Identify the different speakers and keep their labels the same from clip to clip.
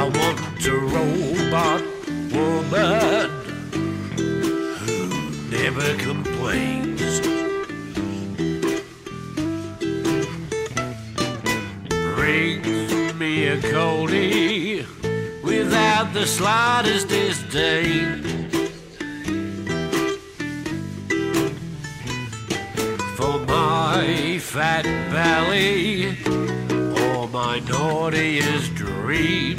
Speaker 1: a robot woman who never complains. Brings me a coldie without the slightest disdain. For my fat belly or my naughtiest dream.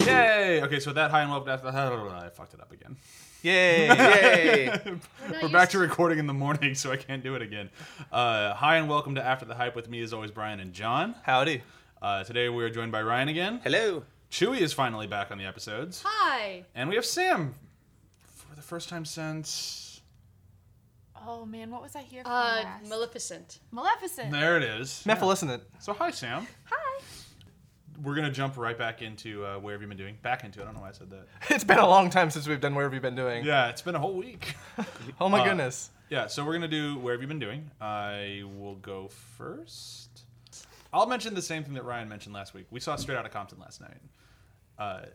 Speaker 2: Yay! Okay, so that high and low. That, that, I fucked it up again.
Speaker 3: Yay!
Speaker 4: No,
Speaker 2: We're
Speaker 4: you
Speaker 2: back to recording in the morning, so I can't do it again. Uh, hi and welcome to After the Hype with me, as always, Brian and John.
Speaker 3: Howdy.
Speaker 2: Uh, today we are joined by Ryan again.
Speaker 3: Hello.
Speaker 2: Chewy is finally back on the episodes,
Speaker 4: Hi.
Speaker 2: and we have Sam for the first time since.
Speaker 5: Oh man, what was I here for?
Speaker 4: Uh,
Speaker 5: last?
Speaker 4: Maleficent.
Speaker 5: Maleficent.
Speaker 2: There it is.
Speaker 3: Maleficent.
Speaker 2: So hi, Sam.
Speaker 5: Hi.
Speaker 2: We're gonna jump right back into uh, where have you been doing? Back into. it. I don't know why I said that.
Speaker 3: It's been a long time since we've done Where Have You Been Doing?
Speaker 2: Yeah, Uh, it's been a whole week.
Speaker 3: Oh my goodness.
Speaker 2: Yeah, so we're gonna do where have you been doing? I will go first. I'll mention the same thing that Ryan mentioned last week. We saw Straight Outta Compton last night.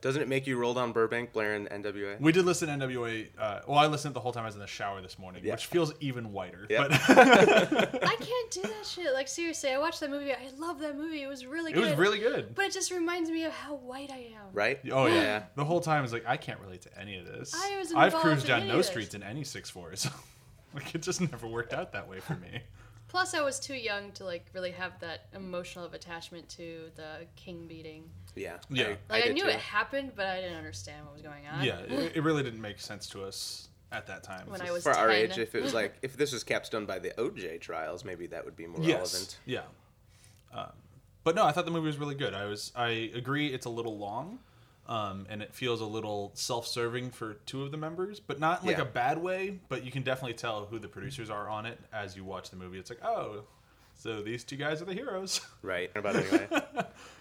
Speaker 3: Doesn't it make you roll down Burbank, Blair, and NWA?
Speaker 2: We did listen to NWA. Uh, well, I listened the whole time I was in the shower this morning,
Speaker 3: Yeah.
Speaker 2: which feels even whiter.
Speaker 3: Yeah.
Speaker 2: But
Speaker 4: I can't do that shit. Like seriously, I watched that movie. I love that movie. It was really
Speaker 2: it
Speaker 4: good.
Speaker 2: was really good.
Speaker 4: But it just reminds me of how white I am.
Speaker 3: Right?
Speaker 2: Oh yeah, the whole time I was like, I can't relate to any of this.
Speaker 4: I wasn't
Speaker 2: I've
Speaker 4: involved
Speaker 2: cruised
Speaker 4: in
Speaker 2: down
Speaker 4: any
Speaker 2: no
Speaker 4: of this.
Speaker 2: streets in any six fours. like it just never worked out that way for me.
Speaker 4: Plus, I was too young to like really have that emotional of attachment to the king beating.
Speaker 3: Yeah.
Speaker 2: Yeah.
Speaker 4: Like I,
Speaker 3: did
Speaker 4: knew
Speaker 3: too.
Speaker 4: it happened, but I didn't understand what was going on.
Speaker 2: Yeah, it, it really didn't make sense to us at that time.
Speaker 4: When
Speaker 2: It's just-
Speaker 4: I was
Speaker 3: For our
Speaker 4: 10.
Speaker 3: age, if it was like, if this was capstone by the OJ trials, maybe that would be more relevant.
Speaker 2: Yeah. Um, but no, I thought the movie was really good. I was I agree it's a little long. Um, and it feels a little self-serving for two of the members, but not in like
Speaker 3: Yeah.
Speaker 2: a bad way. But you can definitely tell who the producers are on it as you watch the movie. It's like, oh, so these two guys are the heroes.
Speaker 3: Right. About it anyway.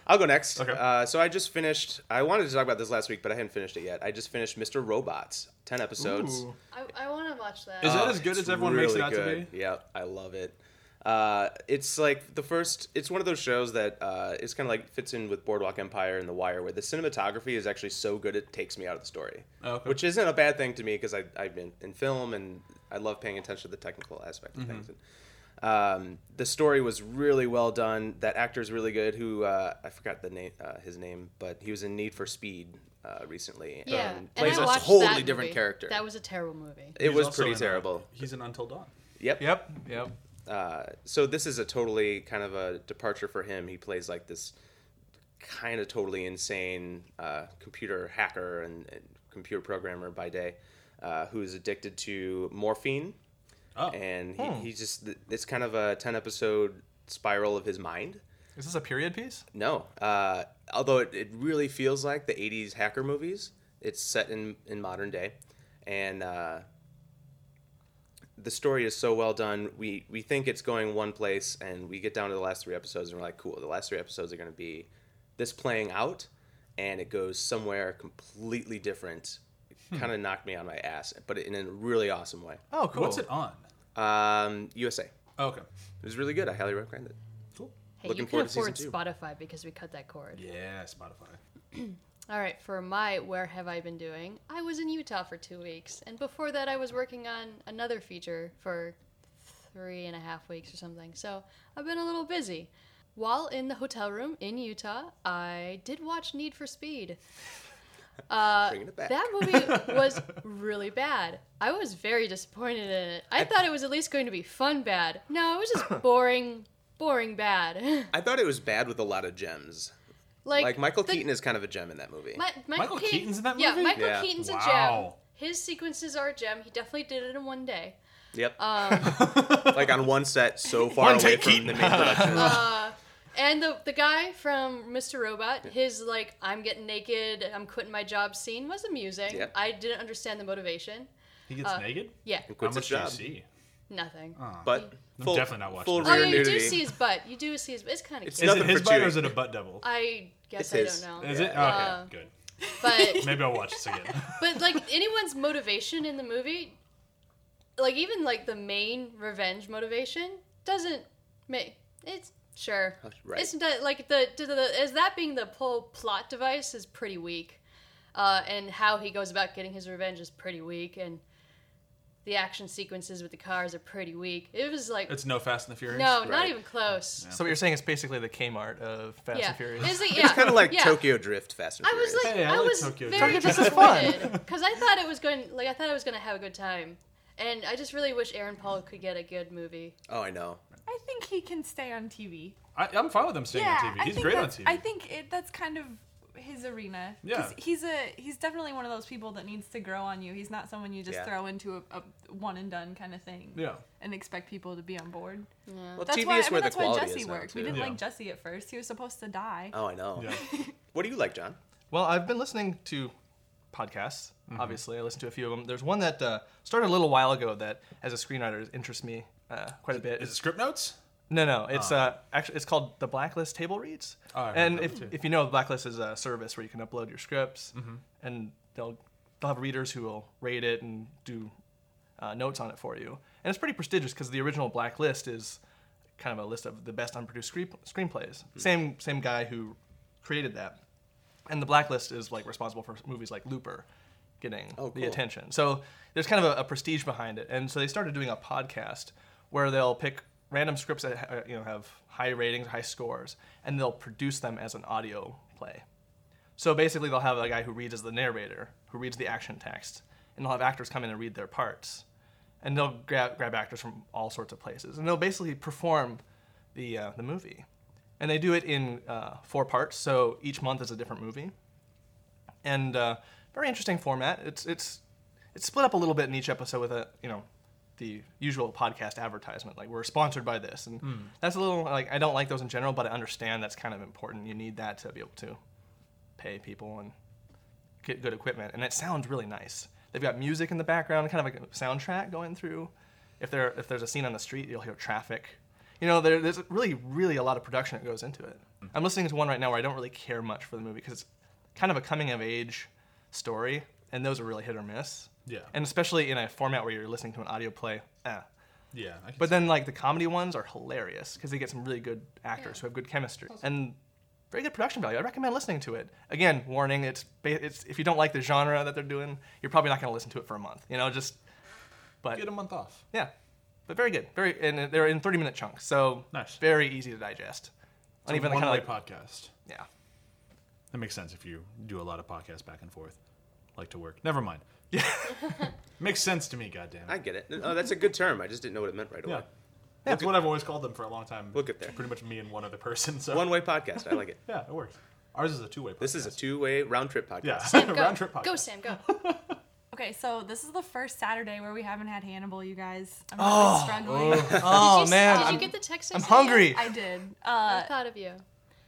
Speaker 3: I'll go next.
Speaker 2: Okay.
Speaker 3: Uh, so I just finished, I wanted to talk about this last week, but I hadn't finished it yet. I just finished Mr. Robots, 10 episodes.
Speaker 4: I, I want to watch that.
Speaker 2: Is
Speaker 3: Oh,
Speaker 2: that as good
Speaker 3: it's
Speaker 2: as everyone makes it out to be?
Speaker 3: Yeah, I love it. Uh, it's like the first. It's one of those shows that uh, it's kind of like fits in with Boardwalk Empire and The Wire, where the cinematography is actually so good it takes me out of the story,
Speaker 2: Oh, okay.
Speaker 3: which isn't a bad thing to me because I I've been in film and I love paying attention to the technical aspect
Speaker 2: Mm-hmm.
Speaker 3: of things. Um, the story was really well done. That actor's really good. Who uh, I forgot the name, uh, his name, but he was in Need for Speed uh, recently.
Speaker 4: yeah,
Speaker 3: and
Speaker 4: and
Speaker 3: plays
Speaker 4: I
Speaker 3: a
Speaker 4: watched
Speaker 3: totally
Speaker 4: that
Speaker 3: different
Speaker 4: movie.
Speaker 3: character.
Speaker 4: That was a terrible movie.
Speaker 3: it
Speaker 2: He's
Speaker 3: was
Speaker 2: also
Speaker 3: pretty
Speaker 2: in, uh,
Speaker 3: terrible.
Speaker 2: he's in Until Dawn.
Speaker 3: Yep.
Speaker 6: Yep, yep.
Speaker 3: Uh, so this is a totally kind of a departure for him. He plays like this kind of totally insane uh, computer hacker and, and computer programmer by day, uh, who is addicted to morphine,
Speaker 2: Oh,
Speaker 3: and he, he just th- it's kind of a ten episode spiral of his mind.
Speaker 6: Is this a period piece?
Speaker 3: No, uh, although it, it really feels like the '80s hacker movies. It's set in in modern day, and uh, the story is so well done. We we think it's going one place, and we get down to the last three episodes, and we're like, cool. The last three episodes are going to be this playing out, and it goes somewhere completely different. It Kind of knocked me on my ass, but in a really awesome way.
Speaker 6: Oh, cool.
Speaker 2: what's it on?
Speaker 3: Um, USA, it
Speaker 2: Oh, okay,
Speaker 3: was really good. I highly recommend it.
Speaker 2: cool.
Speaker 4: Hey,
Speaker 3: Looking
Speaker 4: you can
Speaker 3: forward to season
Speaker 4: afford
Speaker 3: two.
Speaker 4: Spotify because we cut that cord.
Speaker 2: Yeah, Spotify.
Speaker 4: All right, for my where have I been doing? I was in Utah for two weeks, and before that, I was working on another feature for three and a half weeks or something. So I've been a little busy. While in the hotel room in Utah, I did watch Need for Speed.
Speaker 3: Bringing it back.
Speaker 4: That movie was really bad. I was very disappointed in it. I thought it was at least going to be fun bad. No, it was just boring, boring bad.
Speaker 3: I thought it was bad with a lot of gems.
Speaker 4: like,
Speaker 3: like Michael
Speaker 4: the-
Speaker 3: Keaton is kind of a gem in that movie.
Speaker 4: Mi- Michael,
Speaker 2: Michael
Speaker 4: Keaton-
Speaker 2: Keaton's in that
Speaker 4: Yeah,
Speaker 2: movie?
Speaker 4: Michael
Speaker 3: Yeah.
Speaker 4: Keaton's a gem.
Speaker 2: Wow.
Speaker 4: His sequences are a gem. He definitely did it in one day.
Speaker 3: yep.
Speaker 5: um,
Speaker 3: like on one set, so far
Speaker 6: One
Speaker 3: away
Speaker 6: take,
Speaker 3: from
Speaker 6: Keaton.
Speaker 3: the main production.
Speaker 4: And the the guy from Mr. Robot, his like I'm getting naked, I'm quitting my job scene was amusing.
Speaker 3: Yep.
Speaker 4: I didn't understand the motivation.
Speaker 2: He gets naked.
Speaker 4: Yeah,
Speaker 2: How
Speaker 3: Quits his
Speaker 2: much do you
Speaker 3: job.
Speaker 2: see?
Speaker 4: nothing.
Speaker 3: But
Speaker 2: I'm
Speaker 3: full,
Speaker 2: definitely not watching
Speaker 3: full
Speaker 2: this.
Speaker 4: oh
Speaker 3: rear
Speaker 4: yeah, you do
Speaker 3: nudity.
Speaker 4: see his butt. You do see his. It's kind of
Speaker 3: It's
Speaker 4: cute.
Speaker 2: Is
Speaker 3: Nothing
Speaker 2: it
Speaker 3: for
Speaker 2: his butt or
Speaker 3: Chewie.
Speaker 2: is it a butt double?
Speaker 4: I guess
Speaker 3: It's
Speaker 4: I
Speaker 3: his.
Speaker 4: don't know.
Speaker 2: Is it? Okay,
Speaker 4: Uh,
Speaker 2: good.
Speaker 4: But
Speaker 2: Maybe I'll watch this again.
Speaker 4: but like anyone's motivation in the movie, like even like the main revenge motivation doesn't make it's Sure.
Speaker 3: Right.
Speaker 4: Isn't that like the, the, the as that being the whole plot device is pretty weak, uh, and how he goes about getting his revenge is pretty weak, and the action sequences with the cars are pretty weak. It was like
Speaker 2: It's no Fast and the Furious.
Speaker 4: no, not
Speaker 3: right.
Speaker 4: even close.
Speaker 6: So what you're saying is basically the Kmart of Fast
Speaker 4: Yeah,
Speaker 6: and Furious.
Speaker 4: It's like-
Speaker 3: It's kind of like
Speaker 4: yeah.
Speaker 3: Tokyo Drift Fast and
Speaker 4: I was
Speaker 3: Furious.
Speaker 4: like,
Speaker 2: Hey, I
Speaker 4: I,
Speaker 2: like
Speaker 4: was
Speaker 2: Tokyo
Speaker 4: very
Speaker 6: Drift. Tokyo Drift is
Speaker 4: disappointed because I thought it was going like I thought I was going to have a good time, and I just really wish Aaron Paul could get a good movie.
Speaker 3: oh, I know.
Speaker 5: I think he can stay on TV.
Speaker 2: I, I'm fine with him staying
Speaker 5: yeah,
Speaker 2: on TV.
Speaker 5: I
Speaker 2: He's
Speaker 5: think
Speaker 2: great on
Speaker 5: that's-
Speaker 2: TV.
Speaker 5: I think it, that's kind of his arena.
Speaker 2: Yeah.
Speaker 5: 'Cause he's a he's definitely one of those people that needs to grow on you. He's not someone you just
Speaker 3: Yeah.
Speaker 5: throw into a, a one and done kind of thing.
Speaker 2: Yeah.
Speaker 5: And expect people to be on board.
Speaker 3: Well,
Speaker 5: That's
Speaker 3: TV
Speaker 5: why
Speaker 3: is
Speaker 5: I
Speaker 3: where
Speaker 5: mean,
Speaker 3: the
Speaker 5: that's why
Speaker 3: quality
Speaker 5: Jesse
Speaker 3: is now,
Speaker 5: worked. We
Speaker 3: too.
Speaker 5: didn't
Speaker 2: Yeah.
Speaker 5: like Jesse at first. He was supposed to die.
Speaker 3: Oh, I know.
Speaker 2: Yeah.
Speaker 3: What do you like, John?
Speaker 6: Well, I've been listening to podcasts.
Speaker 2: Mm-hmm.
Speaker 6: Obviously, I listen to a few of them. There's one that uh, started a little while ago that, as a screenwriter, interests me uh, quite a bit.
Speaker 2: Is it script notes?
Speaker 6: No, no. It's uh, actually it's called the Blacklist Table Reads.
Speaker 2: Oh, I heard
Speaker 6: and
Speaker 2: that
Speaker 6: if, if you know, Blacklist is a service where you can upload your scripts,
Speaker 2: Mm-hmm.
Speaker 6: and they'll they'll have readers who will rate it and do uh, notes on it for you. And it's pretty prestigious because the original Blacklist is kind of a list of the best unproduced screen, screenplays.
Speaker 2: Hmm.
Speaker 6: Same same guy who created that. And the Blacklist is like responsible for movies like Looper getting
Speaker 3: Oh,
Speaker 6: the attention
Speaker 3: cool.
Speaker 6: attention. So there's kind of a, a prestige behind it, and so they started doing a podcast where they'll pick random scripts that ha- uh, you know have high ratings, high scores, and they'll produce them as an audio play. So basically, they'll have a guy who reads as the narrator, who reads the action text, and they'll have actors come in and read their parts, and they'll grab, grab actors from all sorts of places, and they'll basically perform the uh, the movie, and they do it in uh, four parts. So each month is a different movie and uh, very interesting format. It's it's it's split up a little bit in each episode with a you know the usual podcast advertisement like we're sponsored by this and that's a little like I don't like those in general, but I understand that's kind of important. You need that to be able to pay people and get good equipment, and it sounds really nice. They've got music in the background, kind of like a soundtrack going through. If there if there's a scene on the street, you'll hear traffic. You know, there, there's really really a lot of production that goes into it. I'm listening to one right now where I don't really care much for the movie because it's kind of a coming of age story, and those are really hit or miss.
Speaker 2: Yeah.
Speaker 6: And especially in a format where you're listening to an audio play, eh.
Speaker 2: Yeah. I can see-
Speaker 6: But then like the comedy ones are hilarious because they get some really good actors who have good chemistry and very good production value. I recommend listening to it. Again, warning: it's ba- it's if you don't like the genre that they're doing, you're probably not going to listen to it for a month. You know, just but
Speaker 2: get a month off.
Speaker 6: yeah, but very good. Very and they're in 30 minute chunks, so
Speaker 2: Nice.
Speaker 6: very easy to digest.
Speaker 2: It's
Speaker 6: Uneven
Speaker 2: a
Speaker 6: kind of
Speaker 2: one-way
Speaker 6: like
Speaker 2: podcast.
Speaker 6: yeah.
Speaker 2: That makes sense if you do a lot of podcasts back and forth, like to work. Never mind. Yeah. makes sense to me. Goddamn.
Speaker 3: I get it. Oh, that's a good term. I just didn't know what it meant right away.
Speaker 2: Yeah. That's what I've always called them for a long time.
Speaker 3: We'll get there.
Speaker 2: Pretty much me and one other person. So
Speaker 3: One way podcast. I like it.
Speaker 2: yeah, it works. Ours is a two way podcast.
Speaker 3: This is a two way round trip podcast.
Speaker 2: yeah
Speaker 4: Go,
Speaker 2: round trip podcast.
Speaker 4: go Sam, go.
Speaker 5: Okay, so this is the first Saturday where we haven't had Hannibal, you guys. I'm really struggling.
Speaker 6: Oh
Speaker 4: did you,
Speaker 6: man,
Speaker 4: did
Speaker 6: I'm,
Speaker 4: you get the text? I
Speaker 6: I'm
Speaker 4: sent
Speaker 6: hungry.
Speaker 5: I did.
Speaker 4: you? I
Speaker 5: Uh,
Speaker 4: thought of you.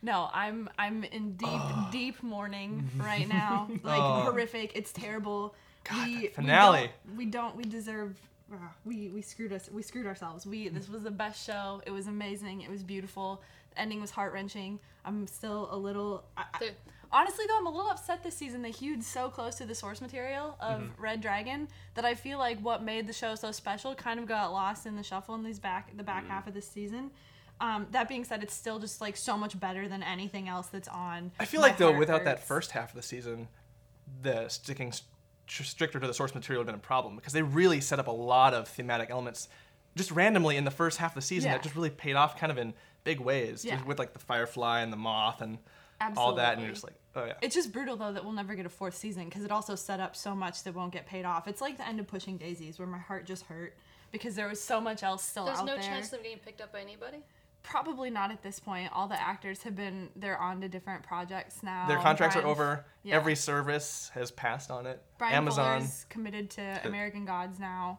Speaker 5: No, I'm I'm in deep deep mourning right now. Like horrific. It's terrible. we, we
Speaker 6: finale.
Speaker 5: don't- We don't. We, deserve. ugh, we we screwed us. We screwed ourselves. We this was the best show. It was amazing. It was beautiful. The ending was heart wrenching. I'm still a little. I, I-
Speaker 4: The-
Speaker 5: honestly though, I'm a little upset this season that hewed so close to the source material of
Speaker 6: Mm-hmm.
Speaker 5: Red Dragon that I feel like what made the show so special kind of got lost in the shuffle in these back the back
Speaker 6: Mm-hmm.
Speaker 5: half of this season. Um, that being said, it's still just like so much better than anything else that's on.
Speaker 6: I feel
Speaker 5: My
Speaker 6: like though,
Speaker 5: heart
Speaker 6: without that
Speaker 5: hurts.
Speaker 6: first half of the season, the sticking st- stricter to the source material would have been a problem because they really set up a lot of thematic elements just randomly in the first half of the season
Speaker 5: Yeah.
Speaker 6: that just really paid off kind of in big ways
Speaker 5: Yeah.
Speaker 6: just with like the firefly and the moth and all that, and
Speaker 5: Absolutely.
Speaker 6: you're just like, oh yeah.
Speaker 5: It's just brutal though that we'll never get a fourth season because it also set up so much that won't get paid off. It's like the end of Pushing Daisies where my heart just hurt because there was so much else still
Speaker 4: There's
Speaker 5: out
Speaker 4: no
Speaker 5: there.
Speaker 4: chance of them getting picked up by anybody.
Speaker 5: Probably not at this point. All the actors have been they're on to different projects now.
Speaker 6: Their contracts are
Speaker 5: Brian-
Speaker 6: over.
Speaker 5: yeah.
Speaker 6: Every service has passed on it.
Speaker 5: Brian
Speaker 6: Amazon.
Speaker 5: Fuller's committed to American Gods now,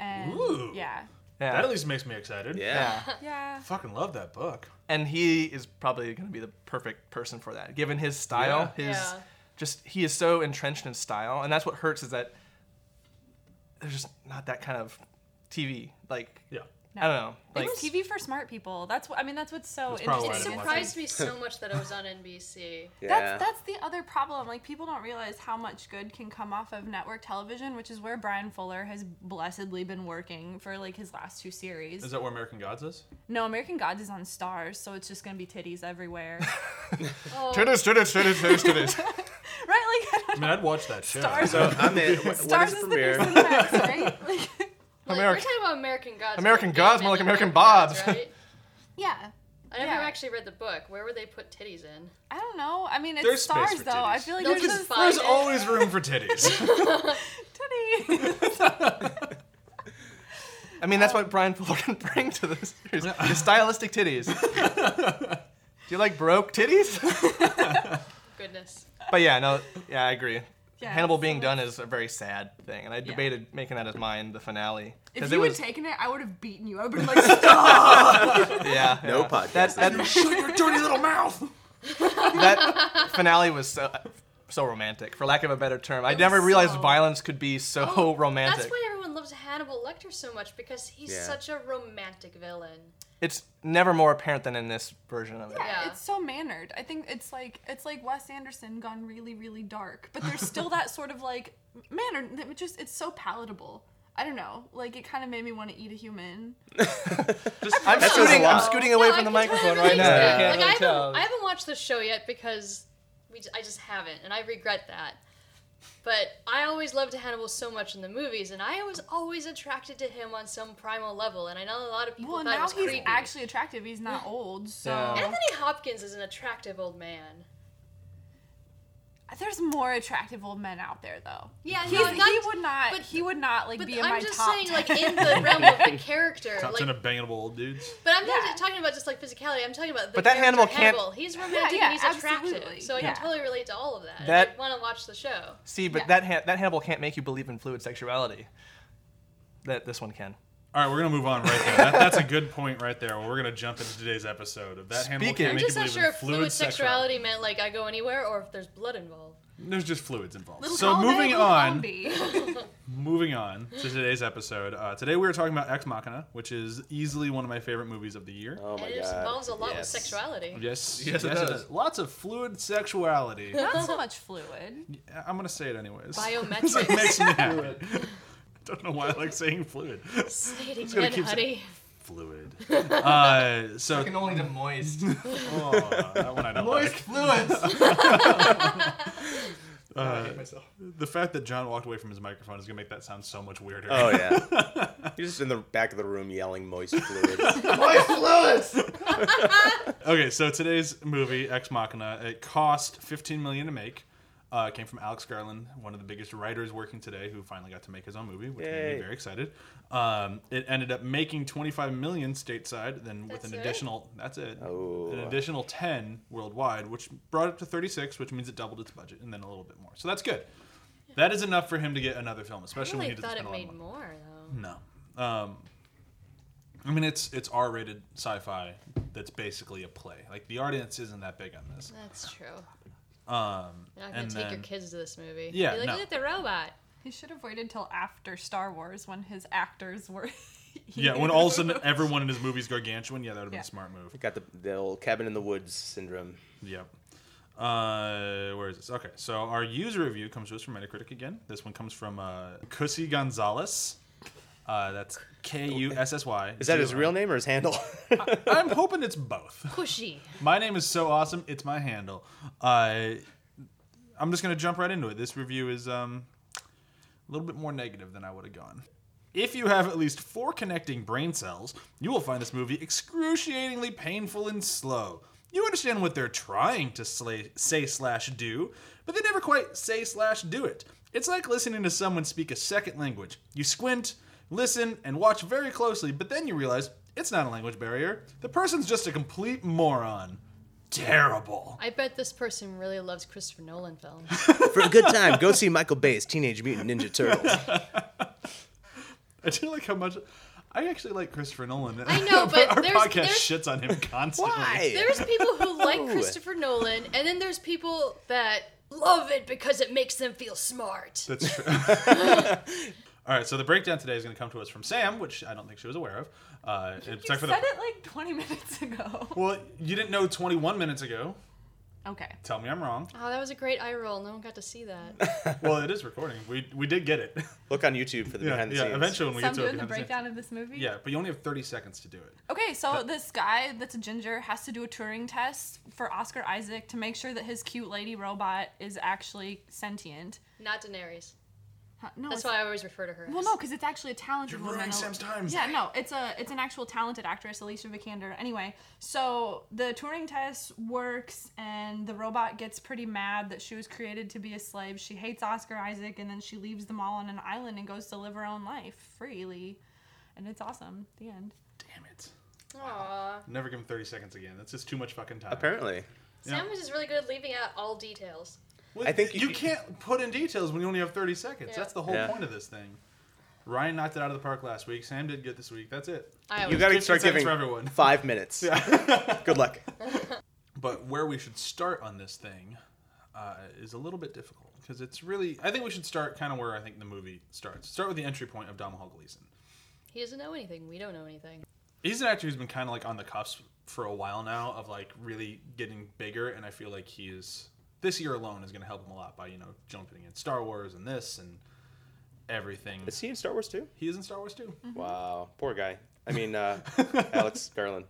Speaker 5: and
Speaker 2: Ooh.
Speaker 5: yeah,
Speaker 6: Yeah.
Speaker 2: That at least makes me excited.
Speaker 3: Yeah.
Speaker 6: yeah.
Speaker 5: yeah.
Speaker 2: Fucking love that book.
Speaker 6: and he is probably going to be the perfect person for that given his style
Speaker 2: Yeah.
Speaker 6: his
Speaker 4: Yeah.
Speaker 6: just he is so entrenched in style and that's what hurts is that there's just not that kind of tv like
Speaker 2: Yeah.
Speaker 5: No.
Speaker 6: I don't know. Like,
Speaker 5: it's TV for smart people. That's what I mean. That's what's so
Speaker 2: That's probably
Speaker 5: interesting.
Speaker 2: why
Speaker 4: It
Speaker 2: I didn't watch
Speaker 4: surprised me so much that it was on NBC.
Speaker 3: Yeah.
Speaker 5: That's that's the other problem. Like people don't realize how much good can come off of network television, which is where Brian Fuller has blessedly been working for like his last two series.
Speaker 2: Is that where American Gods is?
Speaker 5: no, American Gods is on Stars, so it's just gonna be titties everywhere,
Speaker 4: Oh,
Speaker 6: Titties, titties, titties, titties, titties.
Speaker 5: right? Like I
Speaker 2: I mean, I'd watch that show.
Speaker 5: Stars.
Speaker 3: so I'm in. When
Speaker 5: Stars
Speaker 3: is
Speaker 5: is
Speaker 3: the
Speaker 5: the
Speaker 3: premiere?
Speaker 5: new Cinemax, right? Like,
Speaker 4: like, we're
Speaker 6: American-
Speaker 4: talking about American Gods.
Speaker 6: American
Speaker 4: but
Speaker 6: Gods,
Speaker 4: they
Speaker 6: more like
Speaker 4: made
Speaker 6: American
Speaker 4: Gods,
Speaker 6: Bobs.
Speaker 4: right?
Speaker 5: yeah.
Speaker 4: I never
Speaker 5: Yeah.
Speaker 4: actually read the book. Where would they put titties in?
Speaker 5: I don't know. I mean, it's
Speaker 2: There's space
Speaker 5: Stars
Speaker 2: for
Speaker 5: though. I
Speaker 2: titties.
Speaker 5: feel like
Speaker 4: They'll
Speaker 5: there's
Speaker 4: just
Speaker 5: this
Speaker 4: find
Speaker 2: There's
Speaker 4: it.
Speaker 2: always room for titties.
Speaker 5: titties.
Speaker 6: I mean, that's what Brian Fuller can bring to this series. The stylistic titties. Do you like broke titties?
Speaker 4: Goodness.
Speaker 6: But yeah, no, yeah, I agree.
Speaker 5: Yeah,
Speaker 6: Hannibal
Speaker 5: so
Speaker 6: being
Speaker 5: that's-
Speaker 6: done is a very sad thing, and I debated making that as mine, the finale.
Speaker 5: If
Speaker 6: 'cause
Speaker 5: you
Speaker 6: it
Speaker 5: had
Speaker 6: was,
Speaker 5: taken it, I would have beaten you. I would have been like, stop.
Speaker 6: yeah,
Speaker 3: No
Speaker 6: yeah.
Speaker 3: podcast.
Speaker 6: That, that,
Speaker 2: Shut your dirty little mouth.
Speaker 6: that finale was so, so romantic, for lack of a better term. I never realized
Speaker 5: so-
Speaker 6: violence could be so romantic.
Speaker 4: That's why everyone loves Hannibal Lecter so much because he's
Speaker 3: Yeah.
Speaker 4: such a romantic villain.
Speaker 6: It's never more apparent than in this version of it.
Speaker 4: Yeah.
Speaker 5: It's so mannered. I think it's like it's like Wes Anderson gone really, really dark, but there's still that sort of like manner. that it Just it's so palatable. I don't know. Like it kind of made me want to eat a human.
Speaker 6: I'm
Speaker 3: says a
Speaker 6: scooting. I'm
Speaker 3: lot.
Speaker 6: scooting away
Speaker 4: No, I
Speaker 6: from the
Speaker 4: can totally
Speaker 6: microphone
Speaker 4: relate
Speaker 6: right
Speaker 4: to
Speaker 6: now.
Speaker 4: that. Like,
Speaker 6: You can't
Speaker 4: I,
Speaker 6: really
Speaker 4: haven't,
Speaker 6: tell.
Speaker 4: I haven't watched the show yet because we just, I just haven't, and I regret that. But I always loved Hannibal so much in the movies, and I was always attracted to him on some primal level. And I know a lot of people
Speaker 5: Well,
Speaker 4: thought it
Speaker 5: now
Speaker 4: was
Speaker 5: he's
Speaker 4: creepy.
Speaker 5: actually attractive. He's not old, so
Speaker 6: Yeah.
Speaker 4: Anthony Hopkins is an attractive old man.
Speaker 5: there's more attractive old men out there, though.
Speaker 4: Yeah,
Speaker 5: He's, he would not.
Speaker 4: but-
Speaker 5: he would not like
Speaker 4: But
Speaker 5: be in my
Speaker 4: I'm just
Speaker 5: top.
Speaker 4: saying,
Speaker 5: 10.
Speaker 4: like in the realm of the character,
Speaker 2: Top
Speaker 4: like
Speaker 2: ten of bangable old dudes.
Speaker 4: But I'm not
Speaker 5: Yeah.
Speaker 4: talking about just like physicality. I'm talking about the
Speaker 6: But that
Speaker 4: character
Speaker 6: Hannibal can't-
Speaker 4: Hannibal. He's romantic
Speaker 5: yeah,
Speaker 4: and he's attractive,
Speaker 5: absolutely.
Speaker 4: so I
Speaker 5: Yeah.
Speaker 4: can totally relate to all of that.
Speaker 6: That-
Speaker 4: That I want to watch the show.
Speaker 6: See, but
Speaker 5: Yeah.
Speaker 6: that Han- that Hannibal can't make you believe in fluid sexuality. That this one can.
Speaker 2: All right, we're gonna move on right there. That, that's a good point right there. We're gonna jump into today's episode of that. Hannibal can't
Speaker 6: Speaking- I'm
Speaker 4: I'm
Speaker 2: make you
Speaker 4: just not
Speaker 2: believe in
Speaker 4: sure if fluid,
Speaker 2: fluid
Speaker 4: sexuality meant like I go anywhere or if there's blood involved.
Speaker 2: There's just fluids involved.
Speaker 5: Little
Speaker 2: so
Speaker 5: column A,
Speaker 2: moving
Speaker 5: little column
Speaker 2: on,
Speaker 5: B.
Speaker 2: moving on to today's episode. Uh, today we are talking about Ex Machina, which is easily one of my favorite movies of the year.
Speaker 3: Oh my
Speaker 4: and it just
Speaker 3: god.
Speaker 4: involves a lot with
Speaker 3: Yes.
Speaker 4: sexuality.
Speaker 2: Yes,
Speaker 6: Yes, it does.
Speaker 2: Lots of fluid sexuality.
Speaker 5: not so much fluid.
Speaker 2: I'm gonna say it anyways. it
Speaker 4: Biometrics.
Speaker 2: makes me happy. I don't know why I like saying fluid.
Speaker 4: Say it
Speaker 2: gonna
Speaker 4: again,
Speaker 2: keep
Speaker 4: honey.
Speaker 2: Fluid. Uh, so
Speaker 6: only to moist.
Speaker 2: oh, that one I don't like.
Speaker 6: fluids. Uh,
Speaker 2: The fact that John walked away from his microphone is gonna make that sound so much weirder.
Speaker 3: Oh yeah. You're just in the back of the room yelling moist fluids.
Speaker 6: Moist fluids.
Speaker 2: Okay, so today's movie, Ex Machina, it cost 15 million to make. Uh, it came from Alex Garland, one of the biggest writers working today, who finally got to make his own movie, which made
Speaker 3: Yay.
Speaker 2: me very excited. Um, it ended up making 25 million stateside, then with
Speaker 4: That's
Speaker 2: an
Speaker 4: it?
Speaker 2: additional that's it,
Speaker 3: Oh.
Speaker 2: an additional 10 worldwide, which brought it to 36, which means it doubled its budget and then a little bit more. So that's good. That is enough for him to get another film,
Speaker 4: I
Speaker 2: especially
Speaker 4: really
Speaker 2: when he
Speaker 4: thought
Speaker 2: did
Speaker 4: it
Speaker 2: not
Speaker 4: made more though.
Speaker 2: no. Um, I mean, it's it's R-rated sci-fi that's basically a play. Like the audience isn't that big on this.
Speaker 4: That's true.
Speaker 2: Um,
Speaker 4: You're not gonna
Speaker 2: and
Speaker 4: take your
Speaker 2: then
Speaker 4: kids to this movie.
Speaker 2: Yeah,
Speaker 4: Be like,
Speaker 2: no.
Speaker 4: look at the robot.
Speaker 5: He should have waited till after Star Wars when his actors were.
Speaker 2: yeah, when all of a sudden everyone in his movie's gargantuan, yeah, that would have been
Speaker 5: Yeah.
Speaker 2: a smart move.
Speaker 3: Got the, the old cabin in the woods syndrome.
Speaker 2: Yep. Uh, where is this? Okay, so our user review comes to us from Metacritic again. This one comes from uh, Cussy Gonzalez. Uh, that's K U S S Y.
Speaker 3: Is that his real name or his handle?
Speaker 2: I'm hoping it's both.
Speaker 4: Pushy.
Speaker 2: My name is so awesome. It's my handle. Uh, I'm just gonna jump right into it. This review is um, a little bit more negative than I would have gone. If you have at least four connecting brain cells, you will find this movie excruciatingly painful and slow. You understand what they're trying to slay, say slash do, but they never quite say slash do it. It's like listening to someone speak a second language. You squint, listen, and watch very closely, but then you realize it's not a language barrier. The person's just a complete moron. Terrible.
Speaker 4: I bet this person really loves Christopher Nolan films.
Speaker 3: For a good time, go see Michael Bay's Teenage Mutant Ninja Turtles.
Speaker 2: I do like how much. I actually like Christopher Nolan.
Speaker 4: I know, but
Speaker 2: our
Speaker 4: there's-
Speaker 2: podcast
Speaker 4: there's-
Speaker 2: shits on him constantly.
Speaker 4: There's people who like
Speaker 3: No.
Speaker 4: Christopher Nolan, and then there's people that love it because it makes them feel smart.
Speaker 2: That's true. All right, so the breakdown today is going to come to us from Sam, which I don't think she was aware of. Uh,
Speaker 5: You
Speaker 2: except
Speaker 5: said
Speaker 2: for the,
Speaker 5: it like 20 minutes ago.
Speaker 2: Well, you didn't know 21 minutes ago.
Speaker 5: Okay.
Speaker 2: Tell me I'm wrong.
Speaker 4: Oh, that was a great eye roll. No one got to see that.
Speaker 2: well, it is recording. We we did get it.
Speaker 3: Look on YouTube for the
Speaker 2: yeah,
Speaker 3: behind the
Speaker 2: yeah.
Speaker 3: scenes.
Speaker 2: Eventually, when we
Speaker 5: So I'm
Speaker 2: get to it,
Speaker 5: doing the
Speaker 2: behind scenes.
Speaker 5: breakdown of this movie?
Speaker 2: Yeah, but you only have 30 seconds to do it.
Speaker 5: Okay, so this guy that's a ginger has to do a Turing test for Oscar Isaac to make sure that his cute lady robot is actually sentient.
Speaker 4: Not Daenerys.
Speaker 5: Huh, No,
Speaker 4: That's
Speaker 5: it's-
Speaker 4: why I always refer to her.
Speaker 5: Well,
Speaker 4: as.
Speaker 5: no, because it's actually a talented
Speaker 2: You're
Speaker 5: woman.
Speaker 2: ruining Sam's time.
Speaker 5: Yeah, no, it's a it's an actual talented actress, Alicia Vikander. Anyway, so the Turing test works, and the robot gets pretty mad that she was created to be a slave. She hates Oscar Isaac, and then she leaves them all on an island and goes to live her own life freely, and it's awesome. The end.
Speaker 2: Damn it.
Speaker 4: Aww.
Speaker 2: Never give him 30 seconds again. That's just too much fucking time.
Speaker 3: Apparently,
Speaker 4: Sam was just really good at leaving out all details.
Speaker 2: Well,
Speaker 3: I think
Speaker 2: you,
Speaker 3: you-
Speaker 2: can't put in details when you only have 30 seconds.
Speaker 4: Yeah.
Speaker 2: That's the whole
Speaker 3: Yeah.
Speaker 2: point of this thing. Ryan knocked it out of the park last week. Sam did good this week. That's it.
Speaker 4: I
Speaker 3: you
Speaker 4: always
Speaker 3: got to
Speaker 2: 15
Speaker 3: start
Speaker 2: seconds
Speaker 3: giving
Speaker 2: for everyone.
Speaker 3: five minutes. Good luck.
Speaker 2: But where we should start on this thing uh, is a little bit difficult because it's really. I think we should start kind of where I think the movie starts. Start with the entry point of Domhnall Gleeson.
Speaker 4: He doesn't know anything. We don't know anything.
Speaker 2: He's an actor who's been kind of like on the cuffs for a while now of like really getting bigger, and I feel like he is this year alone is going to help him a lot by you know jumping in Star Wars and this and everything.
Speaker 3: Is he in Star Wars too?
Speaker 2: He is in Star Wars too.
Speaker 6: Mm.
Speaker 4: Mm-hmm.
Speaker 3: Wow, poor guy. I mean, uh, Alex Garland.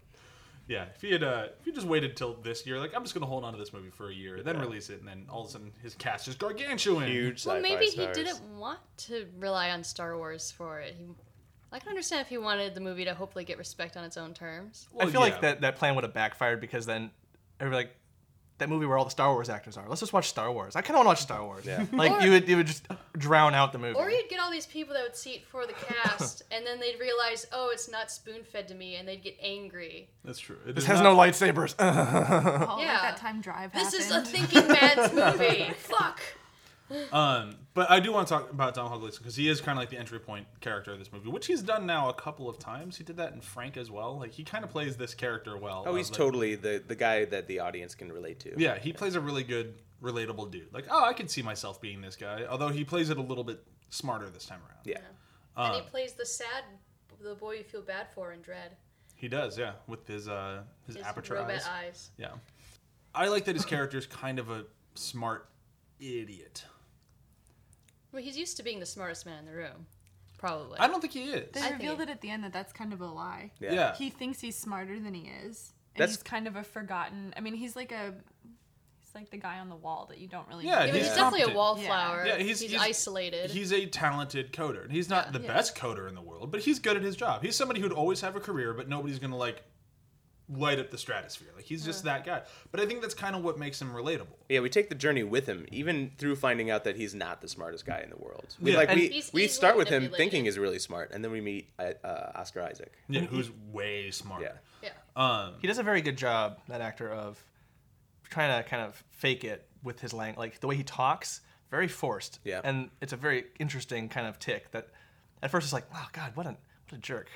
Speaker 2: Yeah, if he had uh, if he just waited till this year, like I'm just gonna hold on to this movie for a year, then release it, and then all of a sudden his cast is gargantuan.
Speaker 3: Huge.
Speaker 4: Well,
Speaker 3: sci-fi
Speaker 4: maybe he
Speaker 3: stars.
Speaker 4: didn't want to rely on Star Wars for it. He, I can understand if he wanted the movie to hopefully get respect on its own terms.
Speaker 2: Well,
Speaker 6: I feel
Speaker 2: yeah.
Speaker 6: like that, that plan would have backfired because then everybody like that movie where all the Star Wars actors are. Let's just watch Star Wars. I kind of want to watch Star Wars.
Speaker 3: Yeah.
Speaker 6: Like
Speaker 4: Or-
Speaker 6: you would you would just drown out the movie.
Speaker 4: Or you'd get all these people that would see it for the cast, and then they'd realize, oh, it's not spoon fed to me, and they'd get angry.
Speaker 2: That's true. It
Speaker 6: this
Speaker 2: is
Speaker 6: has
Speaker 2: not-
Speaker 6: no lightsabers.
Speaker 5: Oh, like
Speaker 4: Yeah.
Speaker 5: that time drive.
Speaker 4: This is a
Speaker 5: happened.
Speaker 4: thinking man's movie. Fuck.
Speaker 2: Um, but I do want to talk about Donald Gleason because he is kind of like the entry point character of this movie, which he's done now a couple of times. He did that in Frank as well. Like he kind of plays this character well.
Speaker 3: Oh,
Speaker 2: of,
Speaker 3: he's
Speaker 2: like-
Speaker 3: totally the the guy that the audience can relate to.
Speaker 2: Yeah, he plays a really good, relatable dude. Like, oh, I could see myself being this guy. Although he plays it a little bit smarter this time around.
Speaker 3: Yeah.
Speaker 4: and he plays the sad, the boy you feel bad for in Dread.
Speaker 2: He does, yeah, with his uh his,
Speaker 4: His
Speaker 2: aperture
Speaker 4: robot
Speaker 2: eyes.
Speaker 4: eyes.
Speaker 2: Yeah, I like that his character is kind of a smart idiot.
Speaker 4: Well, he's used to being the smartest man in the room, probably.
Speaker 2: I don't think he is.
Speaker 5: They
Speaker 4: I
Speaker 5: revealed
Speaker 4: think-
Speaker 5: it at the end that that's kind of a lie.
Speaker 3: Yeah.
Speaker 2: Yeah.
Speaker 5: He thinks he's smarter than he is, and
Speaker 3: That's-
Speaker 5: he's kind of a forgotten. I mean, he's like a he's like the guy on the wall that you don't really.
Speaker 2: Yeah,
Speaker 4: Yeah, but
Speaker 2: he's
Speaker 4: he's definitely
Speaker 2: competent.
Speaker 4: a wallflower.
Speaker 2: Yeah, he's-
Speaker 4: he's,
Speaker 2: he's-
Speaker 4: isolated.
Speaker 2: He's a talented coder. and He's not the
Speaker 5: Yeah.
Speaker 2: best coder in the world, but he's good at his job. He's somebody who'd always have a career, but nobody's gonna like light up the stratosphere. Like he's just that guy. But I think that's kind of what makes him relatable.
Speaker 3: Yeah, we take the journey with him, even through finding out that he's not the smartest guy in the world. We
Speaker 2: Yeah.
Speaker 3: like
Speaker 6: And-
Speaker 3: we,
Speaker 4: He's
Speaker 3: we
Speaker 4: easily
Speaker 3: start with him
Speaker 4: manipulated.
Speaker 3: thinking is really smart, and then we meet uh, uh, Oscar Isaac.
Speaker 2: Yeah, who's way smarter.
Speaker 4: yeah.
Speaker 2: Um,
Speaker 6: he does a very good job that actor of trying to kind of fake it with his language like the way he talks very forced
Speaker 3: Yeah.
Speaker 6: and it's a very interesting kind of tick that at first it's like wow god what a what a jerk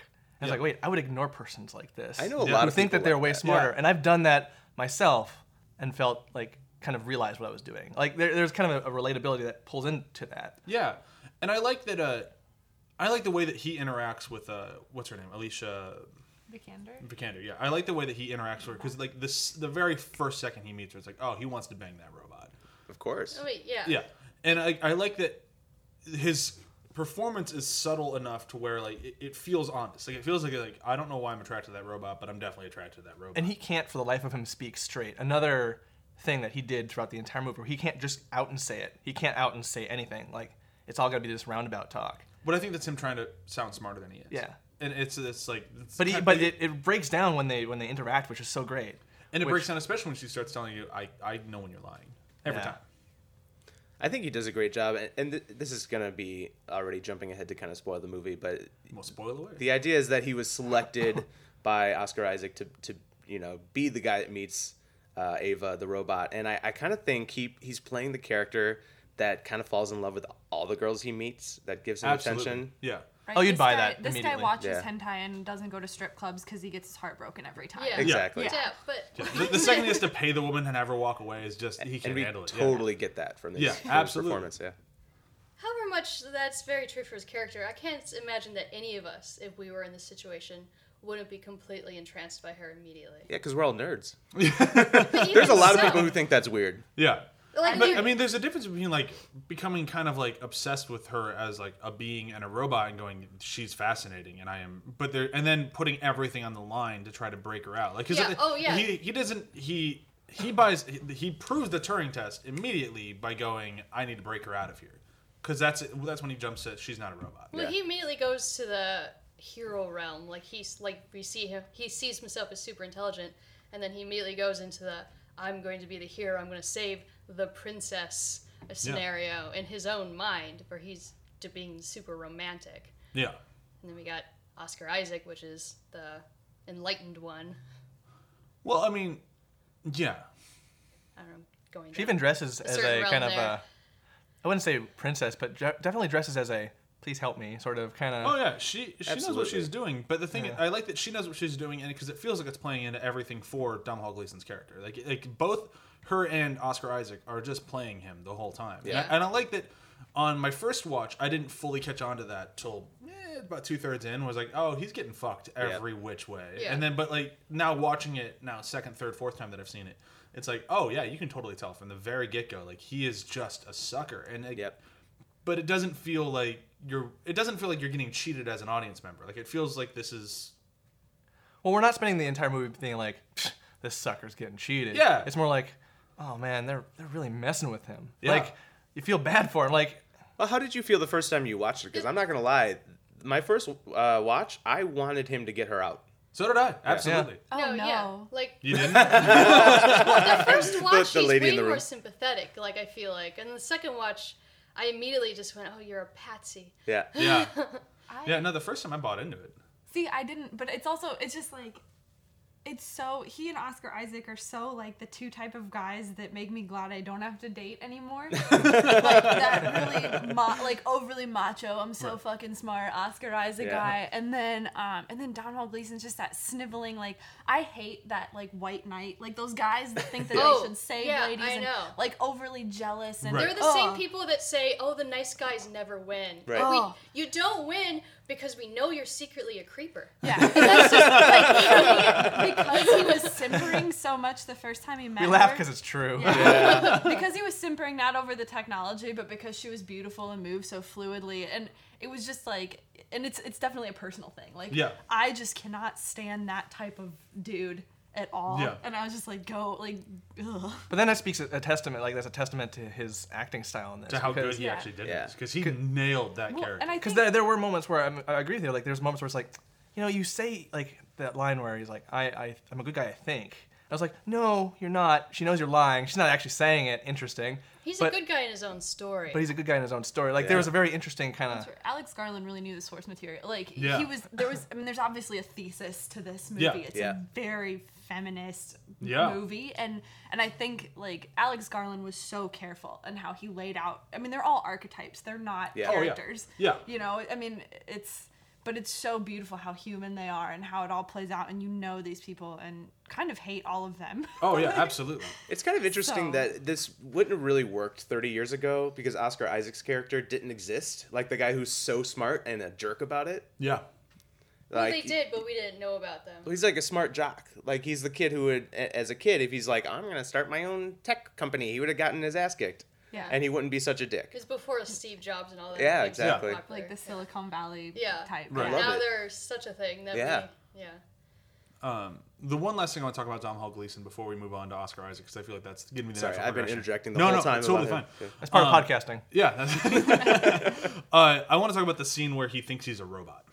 Speaker 6: and it's like wait i would ignore persons like this
Speaker 3: I know a
Speaker 6: who
Speaker 3: lot of
Speaker 6: think
Speaker 3: people
Speaker 6: that they're
Speaker 3: like
Speaker 6: way
Speaker 3: that.
Speaker 6: smarter and i've done that myself and felt like kind of realized what i was doing like there, there's kind of a, a relatability that pulls into that
Speaker 2: yeah, and I like that. Uh, I like the way that he interacts with uh, what's her name, Alicia
Speaker 5: Vikander.
Speaker 2: Vikander, yeah. I like the way that he interacts with her because, like, this the very first second he meets her, it's like, oh, he wants to bang that robot.
Speaker 3: Of course.
Speaker 4: Oh, wait, yeah.
Speaker 2: Yeah, and I, I like that his performance is subtle enough to where like it, it feels honest. Like it feels like like I don't know why I'm attracted to that robot, but I'm definitely attracted to that robot.
Speaker 6: and he can't for the life of him speak straight another thing that he did throughout the entire movie where he can't just out and say it he can't out and say anything like it's all got to be this roundabout talk
Speaker 2: but I think that's him trying to sound smarter than he is.
Speaker 6: Yeah.
Speaker 2: and it's it's like it's
Speaker 6: but he
Speaker 2: kind-
Speaker 6: but it, it breaks down when they when they interact which is so great
Speaker 2: and it
Speaker 6: which-
Speaker 2: breaks down especially when she starts telling you I I know when you're lying every
Speaker 6: Yeah.
Speaker 2: time.
Speaker 3: I think he does a great job, and, and th- this is gonna be already jumping ahead to kind of spoil the movie, but
Speaker 2: Well, spoil away.
Speaker 3: the idea is that he was selected by Oscar Isaac to, to you know be the guy that meets uh, Ava the robot, and I, I kind of think he he's playing the character that kind of falls in love with all the girls he meets, that gives him
Speaker 2: Absolutely.
Speaker 3: attention.
Speaker 2: Yeah.
Speaker 5: Right?
Speaker 6: Oh, you'd
Speaker 5: this
Speaker 6: buy
Speaker 5: guy-
Speaker 6: that
Speaker 5: This guy
Speaker 6: immediately.
Speaker 5: watches
Speaker 3: Yeah.
Speaker 5: hentai and doesn't go to strip clubs because he gets his heart broken every time.
Speaker 4: Yeah.
Speaker 3: Exactly.
Speaker 5: Yeah.
Speaker 4: Yeah, but
Speaker 2: The, the second he has to pay the woman and have her walk away is just he can't
Speaker 3: And we
Speaker 2: handle it. yeah.
Speaker 3: totally get that from this,
Speaker 2: Yeah,
Speaker 3: from this
Speaker 2: absolutely.
Speaker 3: performance. Yeah,
Speaker 4: however much that's very true for his character, I can't imagine that any of us, if we were in this situation, wouldn't be completely entranced by her immediately.
Speaker 3: Yeah, because we're all nerds.
Speaker 4: But even
Speaker 3: There's a lot of
Speaker 4: so,
Speaker 3: people who think that's weird.
Speaker 2: Yeah.
Speaker 4: Like,
Speaker 2: But
Speaker 4: you-
Speaker 2: I mean, there's a difference between like becoming kind of like obsessed with her as like a being and a robot, and going, "She's fascinating," and I am. But there, and then putting everything on the line to try to break her out. Like, 'cause
Speaker 4: Yeah,
Speaker 2: it-
Speaker 4: oh, yeah.
Speaker 2: he he doesn't he he buys he, he proves the Turing test immediately by going, "I need to break her out of here," because that's that's when he jumps at she's not a robot.
Speaker 4: Well,
Speaker 3: Yeah.
Speaker 4: he immediately goes to the hero realm. Like he's like we see him. He sees himself as super intelligent, and then he immediately goes into the "I'm going to be the hero. I'm going to save the princess" scenario in his own mind, where he's to being super romantic.
Speaker 2: Yeah.
Speaker 4: And then we got Oscar Isaac, which is the enlightened one.
Speaker 2: Well, I mean, yeah.
Speaker 4: I don't know, going.
Speaker 6: She
Speaker 4: down.
Speaker 6: even dresses as
Speaker 4: certain
Speaker 6: a
Speaker 4: realm
Speaker 6: kind of
Speaker 4: there.
Speaker 6: a, I wouldn't say princess, but dre- definitely dresses as a please help me sort of kind of.
Speaker 2: Oh yeah, she she knows what
Speaker 3: Absolutely.
Speaker 2: she's doing. But the thing I like that she knows what she's doing, and because it feels like it's playing into everything for Dom Hall Gleason's character. Like like both her and Oscar Isaac are just playing him the whole time.
Speaker 3: Yeah.
Speaker 2: and I, and I like that. On my first watch, I didn't fully catch on to that till eh, about two thirds in. Was like, oh, he's getting fucked every which way.
Speaker 4: Yeah.
Speaker 2: And then, but like now watching it now, second, third, fourth time that I've seen it, it's like, oh yeah, you can totally tell from the very get go. Like he is just a sucker, and like,
Speaker 3: Yep.
Speaker 2: but it doesn't feel like you're it doesn't feel like you're getting cheated as an audience member like it feels like this is
Speaker 6: Well, we're not spending the entire movie being like, "Psh, this sucker's getting cheated.
Speaker 2: Yeah.
Speaker 6: It's more like, oh man, they're they're really messing with him.
Speaker 2: Yeah.
Speaker 6: Like, you feel bad for him. Like,
Speaker 3: Well, how did you feel the first time you watched it? Because I'm not gonna lie, my first uh, watch, I wanted him to get her out.
Speaker 2: so did i absolutely
Speaker 5: Oh
Speaker 4: No,
Speaker 5: no.
Speaker 4: yeah, like
Speaker 2: you didn't
Speaker 4: the first watch,
Speaker 3: the
Speaker 4: he's
Speaker 3: lady
Speaker 4: way
Speaker 3: in the
Speaker 4: more
Speaker 3: room.
Speaker 4: sympathetic. Like I feel like, and the second watch, I immediately just went, "Oh, you're a patsy."
Speaker 3: Yeah.
Speaker 2: yeah
Speaker 5: I-
Speaker 2: yeah no the first time i bought into it
Speaker 5: See, I didn't, but it's also it's just like it's so he and Oscar Isaac are so like the two type of guys that make me glad I don't have to date anymore. like that really ma- like overly macho. I'm so fucking smart, Oscar Isaac
Speaker 3: Yeah.
Speaker 5: guy, and then um and then Don Hall Gleason's just that sniveling like I hate that like white knight like those guys that think that
Speaker 4: Oh,
Speaker 5: they should save
Speaker 4: yeah,
Speaker 5: ladies
Speaker 4: I
Speaker 5: and
Speaker 4: know.
Speaker 5: like overly jealous and
Speaker 2: Right.
Speaker 4: They're the same
Speaker 5: Ugh.
Speaker 4: people that say, "Oh, the nice guys never win."
Speaker 3: Right.
Speaker 4: We-
Speaker 5: Oh.
Speaker 4: you don't win because we know you're secretly a creeper.
Speaker 5: Yeah, And that's just, like, because he was simpering so much the first time he met
Speaker 6: we
Speaker 5: her.
Speaker 6: laugh because it's true.
Speaker 5: because he was simpering not over the technology, but because she was beautiful and moved so fluidly, and it was just like, and it's it's definitely a personal thing. Like,
Speaker 2: Yeah.
Speaker 5: I just cannot stand that type of dude at all.
Speaker 2: Yeah.
Speaker 5: And I was just like, go, like, ugh.
Speaker 6: But then that speaks a, a testament, like that's a testament to his acting style in this.
Speaker 2: to how good
Speaker 6: because-
Speaker 2: he
Speaker 5: Yeah.
Speaker 2: actually did
Speaker 3: Yeah.
Speaker 2: this because he nailed that
Speaker 5: Well,
Speaker 2: character
Speaker 5: and I
Speaker 6: because
Speaker 5: think
Speaker 6: there, there were moments where I'm, I agree with you. Like there's moments where it's like, you know, you say like that line where he's like, I, I I'm a good guy, I think. I was like, no, you're not. She knows you're lying. She's not actually saying it. Interesting.
Speaker 4: He's
Speaker 6: but,
Speaker 4: a good guy in his own story.
Speaker 6: But he's a good guy in his own story. Like there was a very interesting kind of.
Speaker 5: That's where Alex Garland really knew the source material. Like
Speaker 2: Yeah.
Speaker 5: he was there was I mean there's obviously a thesis to this movie.
Speaker 2: Yeah.
Speaker 5: It's
Speaker 3: Yeah.
Speaker 5: a very feminist
Speaker 2: Yeah.
Speaker 5: movie and and I think like Alex Garland was so careful in how he laid out. I mean they're all archetypes. They're not
Speaker 3: Yeah. Oh,
Speaker 2: yeah.
Speaker 5: characters.
Speaker 2: Yeah.
Speaker 5: You know, I mean it's but it's so beautiful how human they are and how it all plays out and you know these people and kind of hate all of them.
Speaker 2: oh yeah absolutely
Speaker 3: It's kind of
Speaker 5: So-
Speaker 3: interesting that this wouldn't have really worked 30 years ago because Oscar Isaac's character didn't exist. Like the guy who's so smart and a jerk about it.
Speaker 2: yeah
Speaker 4: Well,
Speaker 3: Like
Speaker 4: they did, but we didn't know about them.
Speaker 3: He's like a smart jock. Like he's the kid who would, a- as a kid, if he's like, I'm gonna start my own tech company, he would have gotten his ass kicked.
Speaker 5: Yeah.
Speaker 3: And he wouldn't be such a dick.
Speaker 4: Because before Steve Jobs and all that.
Speaker 3: Yeah,
Speaker 4: things were
Speaker 3: exactly.
Speaker 4: popular.
Speaker 5: like the Silicon Valley
Speaker 4: Yeah.
Speaker 5: type.
Speaker 2: Right.
Speaker 5: Yeah.
Speaker 3: Love
Speaker 4: now
Speaker 3: it.
Speaker 4: they're such a thing that
Speaker 3: Yeah.
Speaker 4: we, yeah.
Speaker 2: the one last thing i want to talk about dom hall gleason before we move on to oscar isaac because i feel like that's giving me the
Speaker 3: Sorry,
Speaker 2: natural
Speaker 3: I've been
Speaker 2: progression.
Speaker 3: interjecting the
Speaker 2: no
Speaker 3: whole
Speaker 2: no
Speaker 3: time.
Speaker 2: it's totally fine
Speaker 3: about him.
Speaker 6: That's part of podcasting.
Speaker 2: yeah that's- uh, i want to talk about the scene where he thinks he's a robot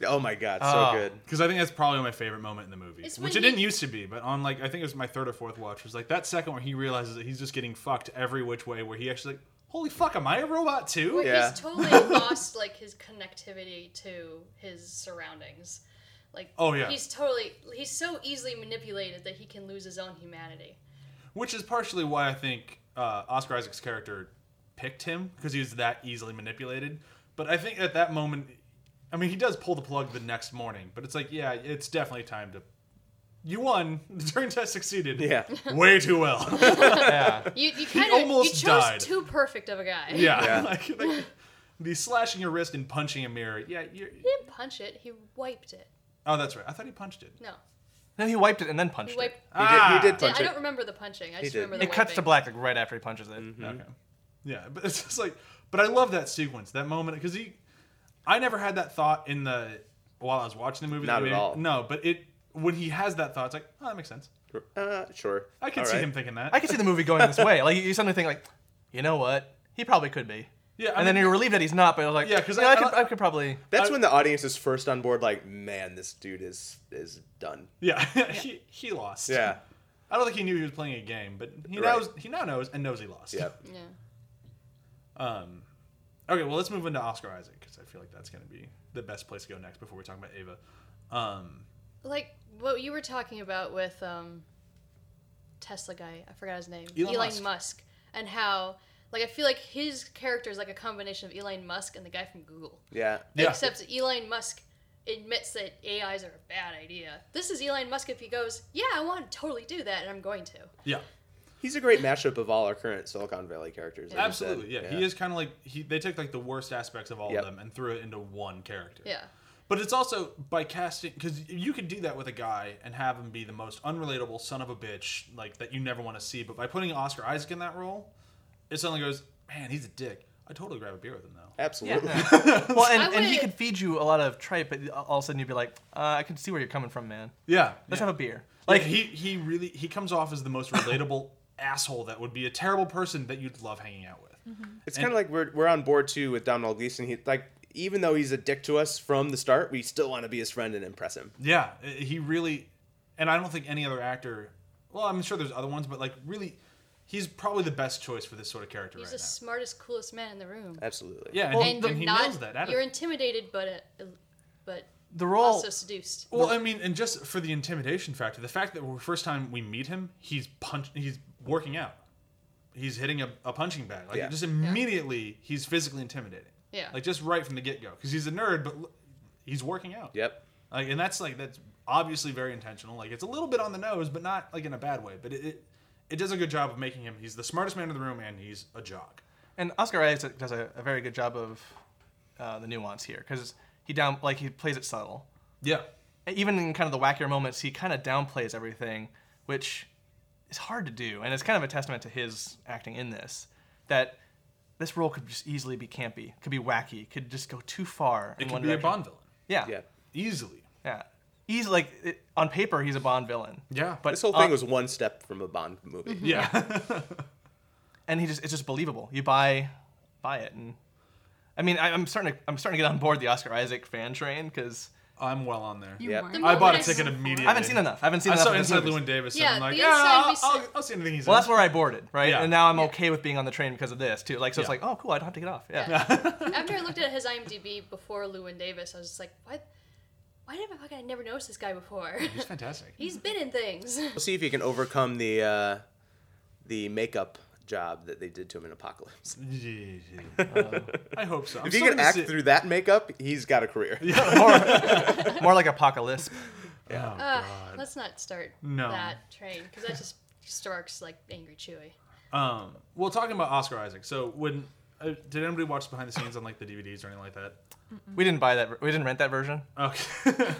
Speaker 3: Yeah. Oh my god, so
Speaker 6: Oh.
Speaker 3: good.
Speaker 2: Because I think that's probably my favorite moment in the movie,
Speaker 4: It's
Speaker 2: which
Speaker 4: when
Speaker 2: it didn't
Speaker 4: he-
Speaker 2: used to be. But on like I think it was my third or fourth watch, it was like that second where he realizes that he's just getting fucked every which way. Where he actually like, holy fuck, am I a robot too?
Speaker 4: Where
Speaker 3: Yeah.
Speaker 4: he's totally lost like his connectivity to his surroundings. Like
Speaker 2: Oh, yeah.
Speaker 4: he's totally he's so easily manipulated that he can lose his own humanity.
Speaker 2: Which is partially why I think uh, Oscar Isaac's character picked him because he was that easily manipulated. But I think at that moment, I mean, he does pull the plug the next morning. But it's like, yeah, it's definitely time to. You won. The turn test succeeded.
Speaker 3: Yeah.
Speaker 2: Way too well.
Speaker 6: yeah.
Speaker 4: You you kind of you
Speaker 2: almost
Speaker 4: chose
Speaker 2: died.
Speaker 4: too perfect of a guy.
Speaker 2: Yeah.
Speaker 3: Yeah.
Speaker 2: Like, like, the slashing your wrist and punching a mirror. Yeah, you're.
Speaker 4: He didn't punch it. He wiped it.
Speaker 2: Oh, that's right. I thought he punched it.
Speaker 4: No,
Speaker 6: Then he wiped it and then
Speaker 4: he
Speaker 6: punched
Speaker 4: wiped.
Speaker 6: it.
Speaker 3: He,
Speaker 2: Ah!
Speaker 3: did, he did
Speaker 4: Yeah,
Speaker 3: punch
Speaker 4: I
Speaker 3: it.
Speaker 4: don't remember the punching. I just
Speaker 3: did.
Speaker 4: remember the
Speaker 6: It cuts to
Speaker 4: wiping.
Speaker 6: black like right after he punches it.
Speaker 2: Okay. Yeah, but it's just like, but I love that sequence, that moment, because he, I never had that thought in the while I was watching the movie.
Speaker 3: Not at
Speaker 2: Maybe-
Speaker 3: all.
Speaker 2: No, but it when he has that thought, it's like, oh, that makes sense.
Speaker 3: Uh, sure.
Speaker 2: I can
Speaker 3: All
Speaker 2: see
Speaker 3: right.
Speaker 2: him thinking that.
Speaker 6: I can see the movie going this way. Like you suddenly think like, you know what? He probably could be.
Speaker 2: Yeah, I
Speaker 6: and then
Speaker 2: mean-
Speaker 6: you're relieved that he's not. But I was like,
Speaker 2: Yeah, 'cause
Speaker 6: you know,
Speaker 2: I-
Speaker 6: I,
Speaker 2: I
Speaker 6: could,
Speaker 2: don't-
Speaker 6: I could probably.
Speaker 3: That's when the audience is first on board. Like, man, this dude is is done.
Speaker 2: yeah, he, he lost.
Speaker 3: Yeah.
Speaker 2: I don't think he knew he was playing a game, but he
Speaker 3: Right.
Speaker 2: knows he now knows and knows he lost.
Speaker 3: Yeah.
Speaker 4: Yeah.
Speaker 2: Um, okay, well, let's move into Oscar Isaac because I feel like that's going to be the best place to go next before we talk about Ava. Um,
Speaker 4: Like what you were talking about with um, Tesla guy. I forgot his name.
Speaker 2: Elon Musk.
Speaker 4: And how, like, I feel like his character is like a combination of Elon Musk and the guy from Google.
Speaker 3: Yeah.
Speaker 2: Yeah.
Speaker 4: Except Elon Musk admits that AIs are a bad idea. This is Elon Musk if he goes, yeah, I want to totally do that, and I'm going to.
Speaker 2: yeah,
Speaker 3: He's a great mashup of all our current Silicon Valley characters. like you
Speaker 2: absolutely. Yeah,
Speaker 3: said.
Speaker 2: he is kind of like he. They took like the worst aspects of all
Speaker 3: Yep.
Speaker 2: of them and threw it into one character.
Speaker 4: Yeah.
Speaker 2: But it's also by casting because you could do that with a guy and have him be the most unrelatable son of a bitch like that you never want to see. But by putting Oscar Isaac in that role, it suddenly goes, man, he's a dick. I totally grab a beer with him though.
Speaker 3: Absolutely.
Speaker 6: Well, and,
Speaker 4: I
Speaker 6: and he
Speaker 4: would-
Speaker 6: could feed you a lot of tripe, but all of a sudden you'd be like, uh, I can see where you're coming from, man.
Speaker 2: Yeah,
Speaker 6: Let's
Speaker 2: yeah.
Speaker 6: have a beer.
Speaker 2: Like
Speaker 6: Like
Speaker 2: he he really he comes off as the most relatable asshole that would be a terrible person that you'd love hanging out with.
Speaker 4: Mm-hmm.
Speaker 3: It's kind of like we're, we're on board too with Donald Gleason. He like even though he's a dick to us from the start, we still want to be his friend and impress him.
Speaker 2: Yeah, i- he really and I don't think any other actor well, I'm sure there's other ones, but like really he's probably the best choice for this sort of character
Speaker 4: He's
Speaker 2: right
Speaker 4: the
Speaker 2: now.
Speaker 4: smartest, coolest man in the room.
Speaker 3: Absolutely.
Speaker 2: Yeah, and,
Speaker 6: Well,
Speaker 2: he,
Speaker 4: and you're
Speaker 2: and he
Speaker 4: not,
Speaker 2: knows that. attitude.
Speaker 4: you're intimidated, but uh, but
Speaker 6: the role.
Speaker 4: also seduced.
Speaker 2: Well, I mean, and just for the intimidation factor, the fact that the first time we meet him, he's punch, he's working out, he's hitting a, a punching bag. Like
Speaker 3: Yeah.
Speaker 2: just immediately, he's physically intimidating.
Speaker 4: Yeah.
Speaker 2: Like just right from the get go, because he's a nerd, but l- he's working out.
Speaker 3: Yep.
Speaker 2: Like, and that's like that's obviously very intentional. Like it's a little bit on the nose, but not like in a bad way. But it it, it does a good job of making him. He's the smartest man in the room, and he's a jock.
Speaker 6: And Oscar Isaac does a, a very good job of uh, the nuance here because he down like he plays it subtle.
Speaker 2: Yeah.
Speaker 6: Even in kind of the wackier moments, he kind of downplays everything, which is hard to do, and it's kind of a testament to his acting in this that this role could just easily be campy, could be wacky, could just go too far.
Speaker 2: It
Speaker 6: in
Speaker 2: can
Speaker 6: one
Speaker 2: be
Speaker 6: direction.
Speaker 2: a Bond villain
Speaker 6: Yeah,
Speaker 3: Yeah.
Speaker 6: yeah,
Speaker 2: easily.
Speaker 6: yeah. He's like it, on paper, he's a Bond villain.
Speaker 2: Yeah.
Speaker 6: but
Speaker 3: This whole thing
Speaker 6: uh,
Speaker 3: was one step from a Bond movie.
Speaker 2: Yeah.
Speaker 6: and he just it's just believable. You buy buy it, and I mean I, I'm starting to I'm starting to get on board the Oscar Isaac fan train because
Speaker 2: I'm well on there.
Speaker 5: You
Speaker 3: Yep.
Speaker 5: weren't.
Speaker 4: The
Speaker 2: I bought a
Speaker 4: Moment I
Speaker 2: ticket
Speaker 4: saw-
Speaker 2: immediately.
Speaker 6: I haven't seen enough. I haven't seen
Speaker 2: I
Speaker 6: enough.
Speaker 2: saw
Speaker 6: of his
Speaker 2: Inside
Speaker 6: movies.
Speaker 2: Llewyn Davis.
Speaker 4: Yeah,
Speaker 2: and I'm like,
Speaker 4: the
Speaker 2: yeah,
Speaker 4: inside
Speaker 2: I'll,
Speaker 4: we see-
Speaker 2: I'll, I'll see anything he's
Speaker 6: Well,
Speaker 2: in.
Speaker 6: that's where I boarded, right?
Speaker 2: Yeah.
Speaker 6: And now I'm okay with being on the train because of this too. Like so, it's
Speaker 2: Yeah.
Speaker 6: like oh cool, I don't have to get off. Yeah.
Speaker 4: After I looked at his IMDb before Lewin Davis, I was just like, what? Why did I fucking never noticed this guy before?
Speaker 2: He's fantastic.
Speaker 4: He's been in things.
Speaker 3: We'll see if he can overcome the uh, the makeup job that they did to him in Apocalypse.
Speaker 2: Uh, I hope so. I'm
Speaker 3: if he can
Speaker 2: starting to
Speaker 3: act
Speaker 2: see-
Speaker 3: through that makeup, he's got a career.
Speaker 6: more, more like apocalypse.
Speaker 2: Oh,
Speaker 4: Uh,
Speaker 2: God.
Speaker 4: let's not start
Speaker 2: No.
Speaker 4: that train because that just starks like angry Chewy.
Speaker 2: Um, well, talking about Oscar Isaac. So, when uh, did anybody watch behind the scenes on like the DVDs or anything like that?
Speaker 6: We didn't buy that. We didn't rent that version.
Speaker 2: Okay.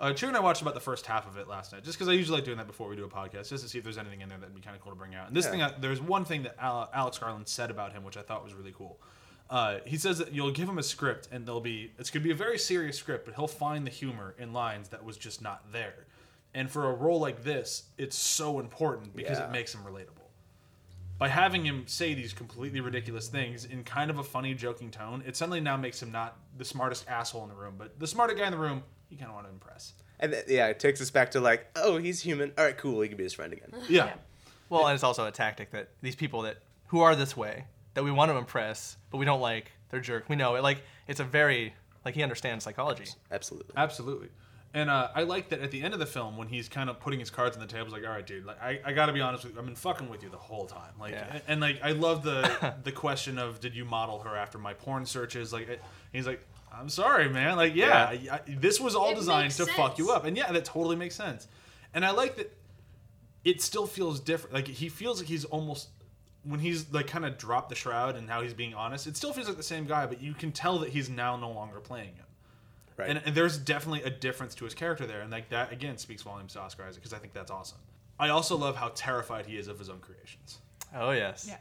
Speaker 2: uh, True and I watched about the first half of it last night, just because I usually like doing that before we do a podcast, just to see if there's anything in there that'd be kind of cool to bring out. And this
Speaker 3: Yeah.
Speaker 2: thing, uh, there's one thing that Al- Alex Garland said about him, which I thought was really cool. Uh, he says that you'll give him a script, and there'll be it's gonna be a very serious script, but he'll find the humor in lines that was just not there. And for a role like this, it's so important because
Speaker 3: Yeah.
Speaker 2: it makes him relatable by having him say these completely ridiculous things in kind of a funny, joking tone, it suddenly now makes him not the smartest asshole in the room, but the smarter guy in the room. You kind of want to impress.
Speaker 3: And th- yeah, it takes us back to like, oh, he's human. All right, cool. He can be his friend again.
Speaker 2: Yeah,
Speaker 6: Well, and it's also a tactic that these people that who are this way that we want to impress, but we don't like. They're jerk. We know it. Like it's a very like he understands psychology.
Speaker 2: Uh,
Speaker 3: Absolutely.
Speaker 2: absolutely. And uh, I like that at the end of the film when he's kind of putting his cards on the table, he's like, "All right, dude, like I, I got to be honest with you, I've been fucking with you the whole time." Like,
Speaker 6: Yeah.
Speaker 2: and like I love the the question of, "Did you model her after my porn searches?" Like, it, he's like, "I'm sorry, man. Like, yeah, I, I, this was all
Speaker 4: It
Speaker 2: designed
Speaker 4: makes
Speaker 2: to fuck you
Speaker 4: sense.
Speaker 2: up." And yeah, that totally makes sense. And I like that it still feels different. Like he feels like he's almost when he's like kind of dropped the shroud and how he's being honest, it still feels like the same guy, but you can tell that he's now no longer playing him.
Speaker 3: Right.
Speaker 2: And, and there's definitely a difference to his character there, and like that again speaks volumes to Oscar Isaac because I think that's awesome. I also love how terrified he is of his own creations.
Speaker 6: Oh yes.
Speaker 5: Yeah.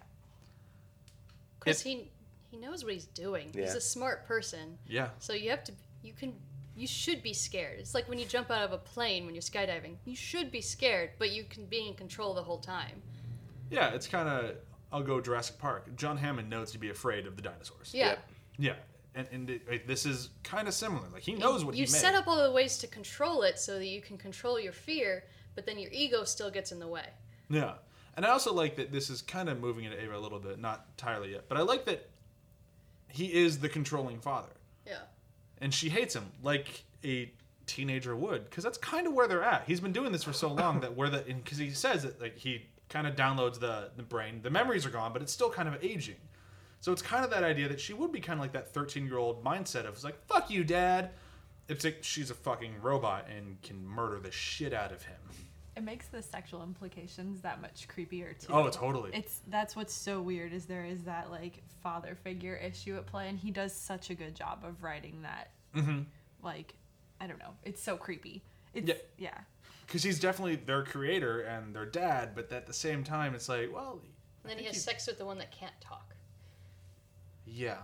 Speaker 4: Because he he knows what he's doing. He's
Speaker 3: Yeah.
Speaker 4: a smart person.
Speaker 2: Yeah,
Speaker 4: So you have to you can you should be scared. It's like when you jump out of a plane when you're skydiving. You should be scared, but you can be in control the whole time.
Speaker 2: yeah, it's kind of I'll go Jurassic Park. John Hammond knows to be afraid of the dinosaurs.
Speaker 4: Yeah.
Speaker 3: Yep.
Speaker 2: Yeah, and and it, like, this is kind of similar. Like he knows what
Speaker 4: you
Speaker 2: he made.
Speaker 4: set up all the ways to control it so that you can control your fear, but then your ego still gets in the way.
Speaker 2: Yeah. And I also like that this is kind of moving into Ava a little bit, not entirely yet, but I like that he is the controlling father.
Speaker 4: Yeah.
Speaker 2: And she hates him like a teenager would, because that's kind of where they're at. He's been doing this for so long that where the, because he says that like he kind of downloads the, the brain, the memories are gone, but it's still kind of aging. So it's kind of that idea that she would be kind of like that 13 year old mindset of like, fuck you, dad. It's like she's a fucking robot and can murder the shit out of him.
Speaker 5: It makes the sexual implications that much creepier too.
Speaker 2: Oh, totally.
Speaker 5: It's that's what's so weird is there is that like father figure issue at play, and he does such a good job of writing that. Like, I don't know. It's so creepy. It's, yeah.
Speaker 2: Mm-hmm. Yeah. because he's definitely their creator and their dad, but at the same time, it's like, well,
Speaker 4: And then he has sex with the one that can't talk.
Speaker 2: yeah,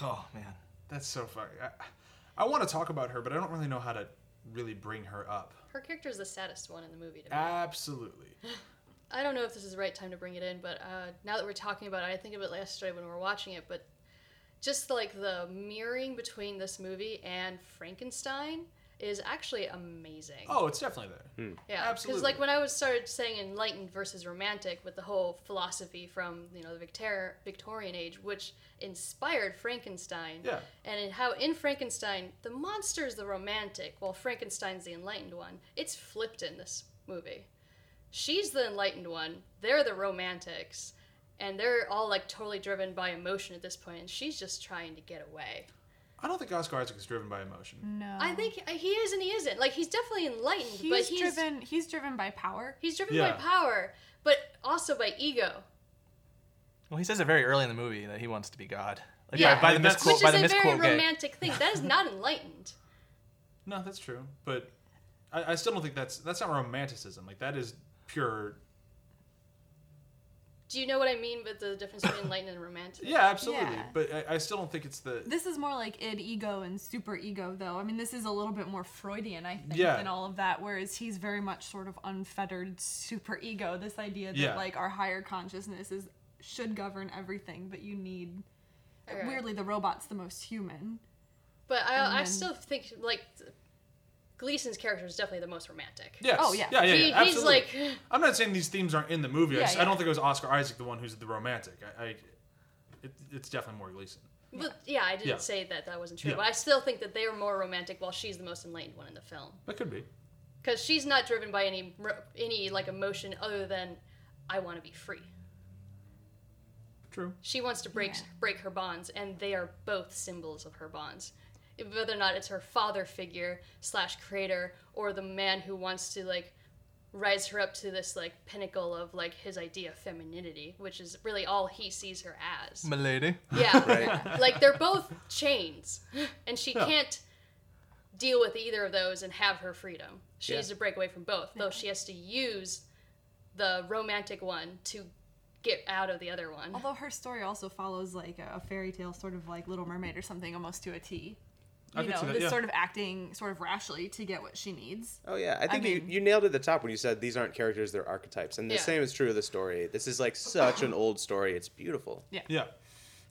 Speaker 6: Oh man.
Speaker 2: that's so funny. I, I want to talk about her, but I don't really know how to really bring her up.
Speaker 4: Her character is the saddest one in the movie to me.
Speaker 2: Absolutely.
Speaker 4: I don't know if this is the right time to bring it in, but uh, now that we're talking about it, I think of it yesterday when we were watching it, but just like the mirroring between this movie and Frankenstein is actually amazing.
Speaker 2: Oh, it's definitely there.
Speaker 4: yeah,
Speaker 2: absolutely.
Speaker 4: Because like when I was started saying enlightened versus romantic with the whole philosophy from you know the Victor- Victorian age, which inspired Frankenstein.
Speaker 2: Yeah.
Speaker 4: And in how in Frankenstein the monster is the romantic, while Frankenstein's the enlightened one. It's flipped in this movie she's the enlightened one they're the romantics and they're all like totally driven by emotion at this point and she's just trying to get away
Speaker 2: I don't think Oscar Isaac is driven by emotion.
Speaker 5: No.
Speaker 4: i think he is and he isn't like he's definitely enlightened
Speaker 5: Oh. he's,
Speaker 4: but he's
Speaker 5: driven. He's driven by power.
Speaker 4: he's driven
Speaker 2: Yeah.
Speaker 4: by power but also by ego
Speaker 6: Well, he says it very early in the movie that he wants to be God. Like,
Speaker 4: Yeah.
Speaker 6: By, by the
Speaker 2: And that's-
Speaker 6: misquote.
Speaker 4: which
Speaker 6: By
Speaker 4: is
Speaker 6: the
Speaker 4: a very
Speaker 6: misquote gay.
Speaker 4: romantic thing that is not enlightened
Speaker 2: No, that's true, but I, I still don't think that's that's not romanticism. Like that is pure.
Speaker 4: do you know what i mean with the difference between enlightened and romantic
Speaker 2: Yeah, absolutely.
Speaker 5: Yeah.
Speaker 2: But I, I still don't think it's the.
Speaker 5: This is more like id ego and super ego, though. I mean, this is a little bit more Freudian, I think,
Speaker 2: Yeah.
Speaker 5: than all of that. Whereas he's very much sort of unfettered super ego. This idea that
Speaker 2: Yeah.
Speaker 5: like our higher consciousness is should govern everything, but you need
Speaker 4: Alright.
Speaker 5: weirdly the robot's the most human.
Speaker 4: but I, I
Speaker 5: And then-
Speaker 4: still think like gleason's character is definitely the most romantic
Speaker 2: Yes.
Speaker 5: Oh, yeah.
Speaker 2: Yeah, yeah,
Speaker 4: He-
Speaker 2: yeah,
Speaker 4: he's
Speaker 2: absolutely.
Speaker 4: like-
Speaker 2: I'm not saying these themes aren't in the movie. I,
Speaker 5: Yeah,
Speaker 2: just, I
Speaker 5: yeah.
Speaker 2: don't think it was Oscar Isaac the one who's the romantic. I, I it, it's definitely more Gleason.
Speaker 4: But yeah, I didn't
Speaker 2: Yeah.
Speaker 4: say that that wasn't true.
Speaker 2: Yeah.
Speaker 4: But I still think that they are more romantic, while she's the most enlightened one in the film
Speaker 2: That could be.
Speaker 4: because she's not driven by any ro- any like emotion other than I want to be free.
Speaker 2: True.
Speaker 4: She wants to break
Speaker 5: Yeah.
Speaker 4: break her bonds, and they are both symbols of her bonds. If- Whether or not it's her father figure slash creator or the man who wants to like rise her up to this like pinnacle of like his idea of femininity, which is really all he sees her as.
Speaker 6: Milady.
Speaker 4: Yeah.
Speaker 3: Right.
Speaker 4: Like they're both chains. And she can't deal with either of those and have her freedom. She
Speaker 3: Yeah.
Speaker 4: needs to break away from both, though she has to use the romantic one to get out of the other one.
Speaker 5: Although her story also follows like a a fairy tale, sort of like Little Mermaid or something, almost to a T.
Speaker 2: I
Speaker 5: You
Speaker 2: could
Speaker 5: know,
Speaker 2: see that,
Speaker 5: this
Speaker 2: yeah.
Speaker 5: sort of acting sort of rashly to get what she needs.
Speaker 3: Oh yeah, I think
Speaker 5: mean-
Speaker 3: you, you nailed it at the top when you said these aren't characters, they're archetypes, and the
Speaker 4: Yeah.
Speaker 3: same is true of the story. This is like such an old story; it's beautiful.
Speaker 2: Yeah,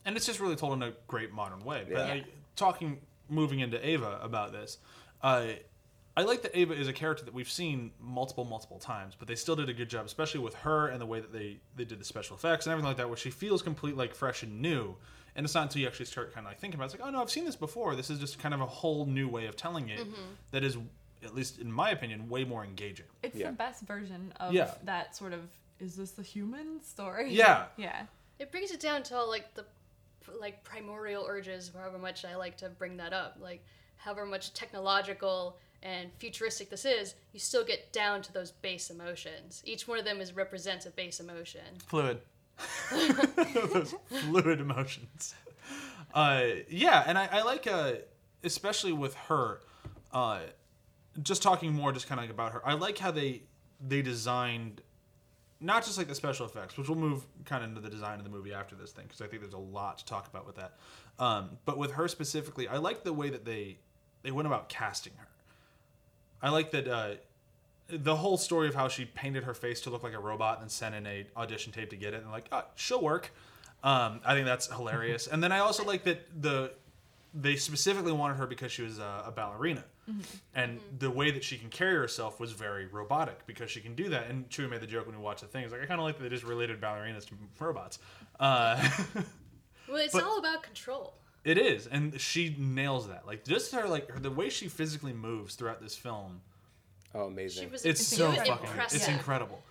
Speaker 2: and it's just really told in a great modern way. But
Speaker 3: Yeah.
Speaker 2: I, talking, moving into Ava about this, uh, I like that Ava is a character that we've seen multiple, multiple times, but they still did a good job, especially with her and the way that they they did the special effects and everything like that, where she feels complete, like fresh and new. And it's not until you actually start kind of like thinking about it, it's like, oh no, I've seen this before. This is just kind of a whole new way of telling it that is, at least in my opinion, way more engaging.
Speaker 5: It's
Speaker 3: Yeah.
Speaker 5: the best version of
Speaker 2: Yeah.
Speaker 5: that sort of is this the human story?
Speaker 2: Yeah.
Speaker 5: Yeah.
Speaker 4: It brings it down to like the like primordial urges, however much I like to bring that up. Like however much technological and futuristic this is, you still get down to those base emotions. Each one of them is represents a base emotion.
Speaker 6: Fluid.
Speaker 2: Those fluid emotions. Uh, yeah, and I, I like, uh, especially with her, uh, just talking more just kind of about her. I like how they they designed not just like the special effects, which we'll move kind of into the design of the movie after this thing, because I think there's a lot to talk about with that. Um, but with her specifically, I like the way that they they went about casting her. I like that uh, the whole story of how she painted her face to look like a robot and sent in a audition tape to get it, and like, oh, she'll work. Um, I think that's hilarious. and then I also like that the they specifically wanted her because she was a, a ballerina. And the way that she can carry herself was very robotic because she can do that. And Chewie made the joke when we watched the thing. It's like I kind of like that they just related ballerinas to robots. Uh,
Speaker 4: Well, it's all about control.
Speaker 2: It is, and she nails that. Like just her, like her, the way she physically moves throughout this film,
Speaker 3: Oh,
Speaker 4: She
Speaker 3: amazing.
Speaker 4: was
Speaker 2: it's,
Speaker 5: It's
Speaker 2: so
Speaker 5: incredible.
Speaker 2: fucking.
Speaker 4: impressive.
Speaker 2: It's incredible.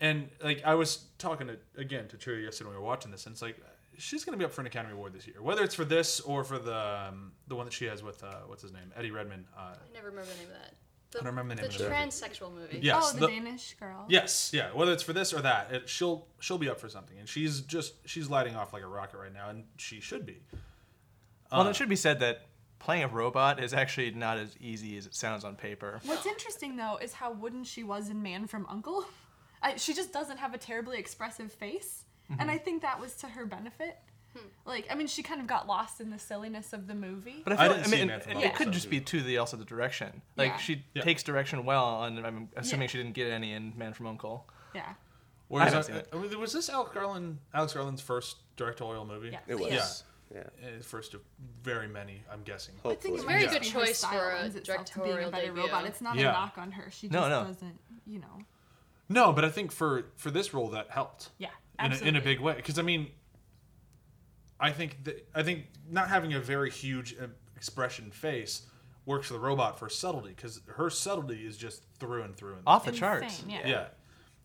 Speaker 2: And like I was talking to again to Chewie yesterday when we were watching this, and it's like she's gonna be up for an Academy Award this year, whether it's for this or for the um, the one that she has with uh, what's his name, Eddie Redmayne. Uh,
Speaker 4: I never remember the name of that. The,
Speaker 2: I don't remember the name
Speaker 4: The
Speaker 2: of that.
Speaker 4: transsexual movie.
Speaker 2: yes,
Speaker 5: oh, the,
Speaker 2: the-
Speaker 5: Danish girl.
Speaker 2: Yes, yeah. Whether it's for this or that, it, she'll she'll be up for something, and she's just she's lighting off like a rocket right now, and she should be.
Speaker 6: Well, it should be said that playing a robot is actually not as easy as it sounds on paper.
Speaker 5: What's interesting though is how wooden she was in Man from Uncle. I, she just doesn't have a terribly expressive face,
Speaker 2: Mm-hmm.
Speaker 5: and I think that was to her benefit. Like, I mean, she kind of got lost in the silliness of the movie.
Speaker 6: But
Speaker 2: I
Speaker 6: I, feel, I,
Speaker 2: didn't see
Speaker 6: mean,
Speaker 2: Man
Speaker 6: it,
Speaker 2: from
Speaker 6: it
Speaker 5: Uncle,
Speaker 6: could
Speaker 2: so-
Speaker 6: just be to the also the direction. Like
Speaker 5: Yeah.
Speaker 6: she
Speaker 2: Yeah.
Speaker 6: takes direction well, and I'm assuming
Speaker 5: Yeah.
Speaker 6: she didn't get any in Man from Uncle.
Speaker 5: yeah,
Speaker 2: Whereas, uh,
Speaker 6: haven't seen it.
Speaker 2: I mean, was this Alex Garland Alex Garland's first directorial movie?
Speaker 5: Yeah.
Speaker 3: It was.
Speaker 2: Yeah.
Speaker 3: Yeah.
Speaker 2: Uh, First of very many, I'm guessing.
Speaker 5: I think
Speaker 3: Hopefully.
Speaker 5: it
Speaker 4: Very
Speaker 5: might
Speaker 4: good
Speaker 5: just be her
Speaker 4: choice
Speaker 5: style
Speaker 4: for a
Speaker 5: lends itself to being
Speaker 4: directorial
Speaker 5: better
Speaker 4: debut.
Speaker 5: robot. It's not
Speaker 2: Yeah.
Speaker 5: a knock on her. She just
Speaker 6: No, no.
Speaker 5: doesn't, you know.
Speaker 2: No, but I think for for this role that helped.
Speaker 5: Yeah,
Speaker 2: in a, in a
Speaker 5: absolutely.
Speaker 2: big way, because I mean, I think that I think not having a very huge uh, expression face works for the robot for subtlety, because her subtlety is just through and through. And
Speaker 6: Off the
Speaker 5: Insane,
Speaker 6: charts.
Speaker 5: yeah.
Speaker 2: yeah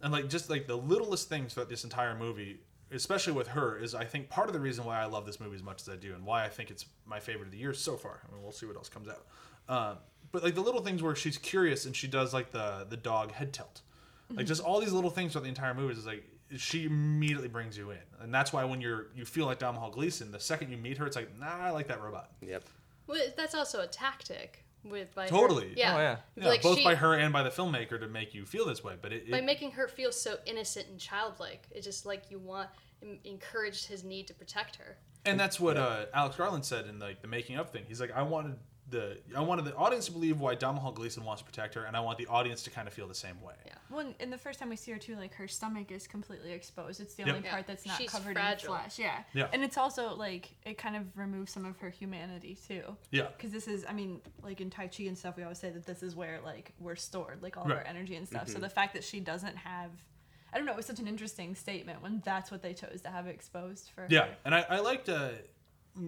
Speaker 2: and like just like the littlest things throughout this entire movie especially with her is i think part of the reason why i love this movie as much as i do and why i think it's my favorite of the year so far i mean we'll see what else comes out um, but like the little things where she's curious and she does like the the dog head tilt
Speaker 4: Mm-hmm.
Speaker 2: like just all these little things throughout the entire movie is like she immediately brings you in and that's why when you're you feel like Domhnall Gleeson the second you meet her it's like nah I like that robot
Speaker 3: Yep.
Speaker 4: Well, that's also a tactic with by her-
Speaker 2: Totally.
Speaker 4: Yeah.
Speaker 6: Oh, yeah.
Speaker 2: yeah,
Speaker 4: Like,
Speaker 2: both
Speaker 4: she-
Speaker 2: by her and by the filmmaker to make you feel this way but it,
Speaker 4: by
Speaker 2: it
Speaker 4: making her feel so innocent and childlike. It's just like you want en- encouraged his need to protect her.
Speaker 2: And that's what uh, Alex Garland said in like the making up thing. He's like, I wanted the I wanted the audience to believe why Domhnall Gleeson wants to protect her, and I want the audience to kind of feel the same way.
Speaker 4: Yeah.
Speaker 5: Well, and the first time we see her too, like her stomach is completely exposed. It's the
Speaker 2: Yep.
Speaker 5: only
Speaker 4: Yeah.
Speaker 5: part that's not
Speaker 4: She's
Speaker 5: covered
Speaker 4: fragile.
Speaker 5: in flesh. Yeah.
Speaker 2: Yeah.
Speaker 5: And it's also like it kind of removes some of her humanity too.
Speaker 2: Yeah.
Speaker 5: Because this is, I mean, like in Tai Chi and stuff, we always say that this is where like we're stored, like all of
Speaker 2: Right. Mm-hmm.
Speaker 5: our energy and stuff. So the fact that she doesn't have, I don't know, it was such an interesting statement when that's what they chose to have exposed for.
Speaker 2: Yeah, and I, I liked, uh,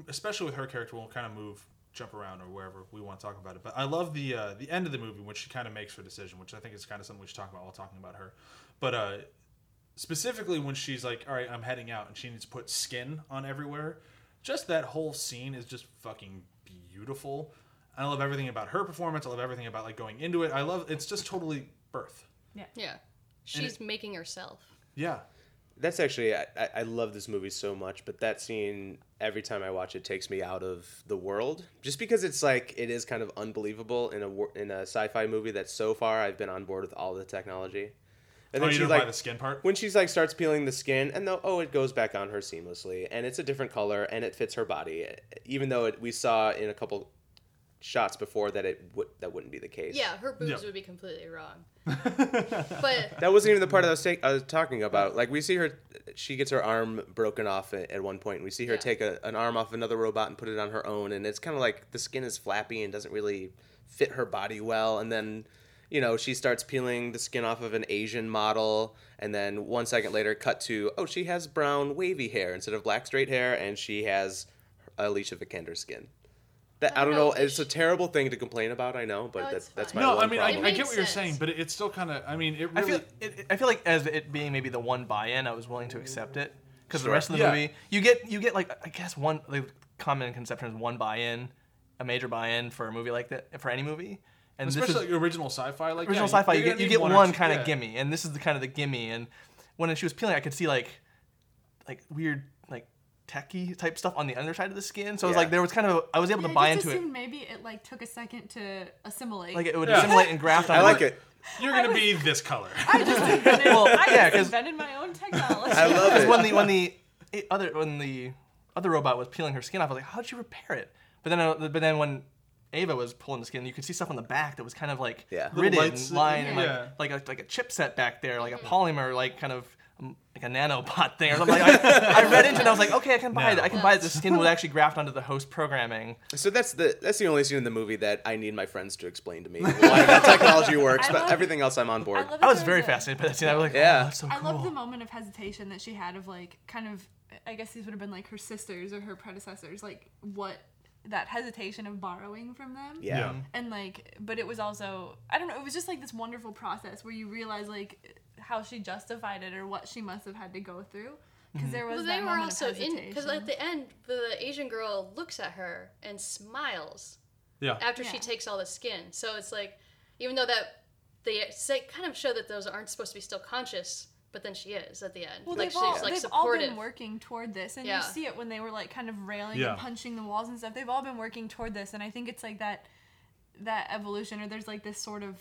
Speaker 2: especially with her character, we'll kind of move, jump around, or wherever we want to talk about it. But I love the uh, the end of the movie when she kind of makes her decision, which I think is kind of something we should talk about while talking about her. But uh, specifically when she's like, "All right, I'm heading out," and she needs to put skin on everywhere. Just that whole scene is just fucking beautiful. I love everything about her performance. I love everything about like going into it. I love it's just totally birth. Oh,
Speaker 4: Yeah. She's making herself.
Speaker 2: Yeah,
Speaker 3: That's actually I, I I love this movie so much, but that scene every time I watch it takes me out of the world just because it's like it is kind of unbelievable in a wor- in a sci-fi movie that so far I've been on board with all the technology. And
Speaker 2: oh,
Speaker 3: then
Speaker 2: you
Speaker 3: she
Speaker 2: didn't
Speaker 3: like
Speaker 2: buy the skin part.
Speaker 3: when she's like starts peeling the skin and though oh it goes back on her seamlessly and it's a different color and it fits her body even though it, we saw in a couple shots before that it would that wouldn't be the case.
Speaker 4: Yeah, her boobs
Speaker 2: Yeah.
Speaker 4: would be completely wrong. but
Speaker 3: That wasn't even the part I was, ta- I was talking about. Like we see her, she gets her arm broken off at, at one point. We see her
Speaker 4: Yeah.
Speaker 3: take a, an arm off another robot and put it on her own, and it's kind of like the skin is flappy and doesn't really fit her body well. And then, you know, she starts peeling the skin off of an Asian model, and then one second later, cut to oh, she has brown wavy hair instead of black straight hair, and she has Alicia Vikander skin. That I don't,
Speaker 4: know
Speaker 3: know.
Speaker 4: if
Speaker 3: It's a terrible thing to complain about. I know, but
Speaker 4: No, it's
Speaker 3: that, that's my
Speaker 4: fine.
Speaker 2: No,
Speaker 3: one
Speaker 2: I mean I,
Speaker 3: problem.
Speaker 2: I
Speaker 4: It
Speaker 2: get
Speaker 4: makes
Speaker 2: what you're
Speaker 4: sense.
Speaker 2: saying, but it- it's still kind of. I mean, it
Speaker 6: I
Speaker 2: really.
Speaker 6: feel it, it- I feel like as it being maybe the one buy-in, I was willing to accept it because the
Speaker 3: Sure.
Speaker 6: rest of the
Speaker 2: Yeah.
Speaker 6: movie, you get you get like I guess one the common conception is one buy-in, a major buy-in for a movie like that for any movie, and this
Speaker 2: especially
Speaker 6: is,
Speaker 2: like original sci-fi. Like
Speaker 6: original
Speaker 2: yeah,
Speaker 6: sci-fi. You
Speaker 2: you're
Speaker 6: get
Speaker 2: gonna
Speaker 6: you
Speaker 2: need
Speaker 6: get one,
Speaker 2: or two-
Speaker 6: kind of
Speaker 2: yeah.
Speaker 6: gimme, and this is the kind of the gimme. And when she was peeling, I could see like like weird like techy type stuff on the underside of the skin. So it was
Speaker 3: Yeah.
Speaker 6: like there was kind of I was able
Speaker 5: Yeah,
Speaker 6: to
Speaker 5: I
Speaker 6: buy
Speaker 5: just
Speaker 6: into it.
Speaker 5: assumed Maybe it like took a second to assimilate.
Speaker 6: Like it would
Speaker 2: Yeah.
Speaker 6: assimilate and graft on.
Speaker 3: I
Speaker 6: it.
Speaker 3: like it.
Speaker 2: You're gonna be this color.
Speaker 5: I just invented,
Speaker 6: Well,
Speaker 5: I
Speaker 6: yeah,
Speaker 5: just
Speaker 6: 'cause-
Speaker 5: invented my own technology.
Speaker 3: I love it.
Speaker 6: when the when the it- other when the other robot was peeling her skin off, I was like, how'd you repair it? But then I- but then when Ava was pulling the skin, you could see stuff on the back that was kind of like
Speaker 3: Yeah. Little
Speaker 6: gridded
Speaker 2: lights-
Speaker 6: and lined, and
Speaker 2: yeah.
Speaker 6: like like a, like a chipset back there, like a polymer, like kind of. um, Like a nanobot thing or something. Like, I, I read into it and I was like, okay, I can buy it. I can buy it. The skin would actually graft onto the host programming.
Speaker 3: So that's the that's the only scene in the movie that I need my friends to explain to me why that technology works,
Speaker 5: I
Speaker 3: but
Speaker 5: love-
Speaker 3: everything else I'm on board.
Speaker 5: love that
Speaker 6: I was
Speaker 5: there
Speaker 6: very
Speaker 5: a-
Speaker 6: fascinated by that scene. I was like,
Speaker 3: Yeah.
Speaker 6: oh, that's so
Speaker 5: I
Speaker 6: cool.
Speaker 5: love the moment of hesitation that she had of like kind of I guess these would have been like her sisters or her predecessors, like what that hesitation of borrowing from them.
Speaker 3: yeah.
Speaker 5: And like but it was also I don't know, it was just like this wonderful process where you realize like how she justified it or what she must have had to go through.
Speaker 6: Mm-hmm.
Speaker 5: Because there was
Speaker 4: Well,
Speaker 5: that
Speaker 4: they were
Speaker 5: moment
Speaker 4: also
Speaker 5: of
Speaker 4: in because
Speaker 5: hesitation.
Speaker 4: at the end, the Asian girl looks at her and smiles
Speaker 2: Yeah.
Speaker 4: after she
Speaker 5: Yeah.
Speaker 4: takes all the skin. So it's like, even though that they say, kind of show that those aren't supposed to be still conscious, but then she is at the end.
Speaker 5: Well,
Speaker 4: like
Speaker 5: they've, all,
Speaker 4: she's like
Speaker 5: they've all
Speaker 4: supportive.
Speaker 5: been working toward this, and
Speaker 4: Yeah.
Speaker 5: you see it when they were like kind of railing
Speaker 2: Yeah.
Speaker 5: and punching the walls and stuff. They've all been working toward this, and I think it's like that that evolution, or there's like this sort of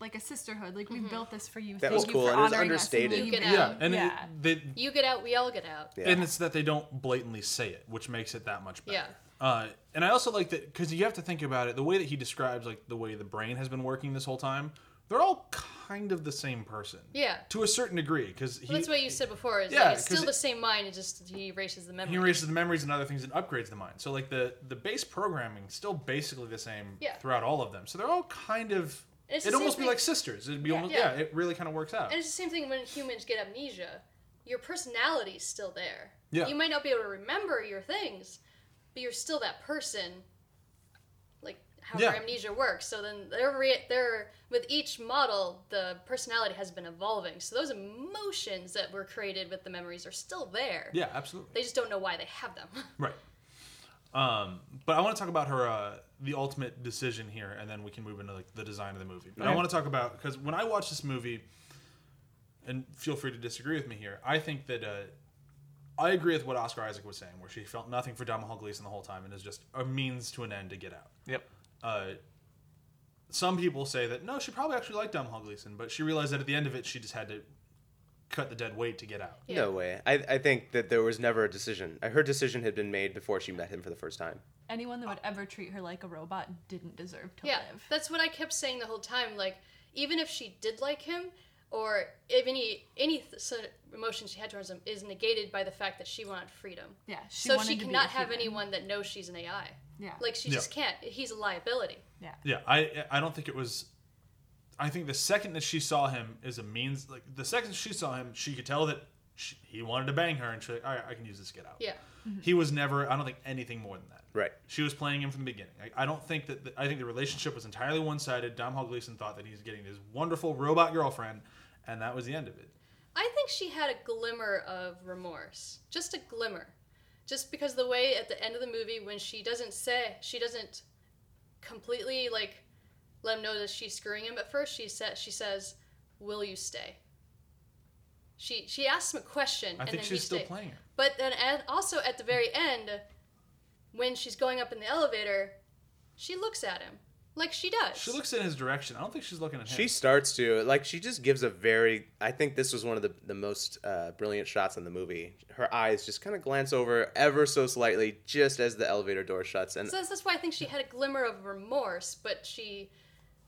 Speaker 5: like a sisterhood. Like we built this for you.
Speaker 3: That
Speaker 5: Thank
Speaker 3: was
Speaker 5: you
Speaker 3: cool,
Speaker 5: for
Speaker 3: and it was
Speaker 5: honoring us and
Speaker 3: understated.
Speaker 5: leaving.
Speaker 4: Mm-hmm. Get out.
Speaker 2: Yeah, and it-
Speaker 5: Yeah.
Speaker 2: they,
Speaker 4: you get out, we all get out.
Speaker 3: Yeah.
Speaker 2: and it's that they don't blatantly say it, which makes it that much better.
Speaker 4: Yeah.
Speaker 2: Uh, and I also like that because you have to think about it. The way that he describes like the way the brain has been working this whole time, they're all kind of the same person.
Speaker 4: Yeah.
Speaker 2: To a certain degree, because he
Speaker 4: Well, that's what you said before. Is
Speaker 2: Yeah,
Speaker 4: like, it's
Speaker 2: 'cause
Speaker 4: still
Speaker 2: it-
Speaker 4: the same mind. It just he erases the memory.
Speaker 2: he erases the memories and other things and upgrades the mind. So like the the base programming is still basically the same
Speaker 4: Yeah.
Speaker 2: throughout all of them. So they're all kind of.
Speaker 4: And it's the
Speaker 2: It'd
Speaker 4: same
Speaker 2: almost be
Speaker 4: thing-
Speaker 2: like sisters. It'd be almost yeah.
Speaker 4: Yeah.
Speaker 2: It really kind of works out.
Speaker 4: And it's the same thing when humans get amnesia. Your personality's still there.
Speaker 2: Yeah.
Speaker 4: You might not be able to remember your things, but you're still that person. Like however
Speaker 2: Yeah.
Speaker 4: amnesia works. So then they're re- they're with each model, the personality has been evolving. So those emotions that were created with the memories are still there.
Speaker 2: yeah, absolutely.
Speaker 4: They just don't know why they have them.
Speaker 2: Right. Um, but I want to talk about her uh, the ultimate decision here, and then we can move into like the design of the movie. But I
Speaker 6: Okay.
Speaker 2: want to talk about because when I watch this movie, and feel free to disagree with me here. I think that uh, I agree with what Oscar Isaac was saying, where she felt nothing for Domhnall Gleeson the whole time, and is just a means to an end to get out.
Speaker 6: Yep.
Speaker 2: Uh, some people say that no, she probably actually liked Domhnall Gleeson, but she realized that at the end of it, she just had to cut the dead weight to get out.
Speaker 4: Yeah.
Speaker 3: No way. I, I think that there was never a decision. Her decision had been made before she met him for the first time.
Speaker 5: Anyone that would ever treat her like a robot didn't deserve to
Speaker 4: yeah.
Speaker 5: live.
Speaker 4: That's what I kept saying the whole time. Like even if she did like him. Or if any any th- sort of emotion she had towards him is negated by the fact that she wanted freedom.
Speaker 5: Yeah, she
Speaker 4: so
Speaker 5: wanted
Speaker 4: she
Speaker 5: to be a
Speaker 4: cannot have
Speaker 5: human.
Speaker 4: anyone that knows she's an AI.
Speaker 5: Yeah,
Speaker 4: Like she
Speaker 2: Yeah.
Speaker 4: just can't. He's a liability.
Speaker 5: yeah.
Speaker 2: Yeah, I I don't think it was. I think the second that she saw him is a means. Like the second she saw him, she could tell that she, he wanted to bang her, and she's like, "All right, I can use this. Get out."
Speaker 4: Yeah.
Speaker 2: He was never. I don't think anything more than that.
Speaker 3: Right.
Speaker 2: She was playing him from the beginning. I, I don't think that. The, I think the relationship was entirely one sided. Domhnall Gleeson thought that he's getting his wonderful robot girlfriend, and that was the end of it.
Speaker 4: I think she had a glimmer of remorse. Just a glimmer. Just because the way at the end of the movie when she doesn't say she doesn't completely like let him know that she's screwing him at first, she says she says, Will you stay? She she asks him a question
Speaker 2: I
Speaker 4: and
Speaker 2: think
Speaker 4: then
Speaker 2: she's
Speaker 4: he
Speaker 2: still
Speaker 4: stayed.
Speaker 2: playing her.
Speaker 4: But then at, also at the very end, when she's going up in the elevator, she looks at him like she does.
Speaker 2: She looks in his direction. I don't think she's looking at him.
Speaker 3: She starts to like she just gives a very. I think this was one of the the most uh, brilliant shots in the movie. Her eyes just kind of glance over ever so slightly, just as the elevator door shuts, and
Speaker 4: So that's, that's why I think she had a glimmer of remorse, but she,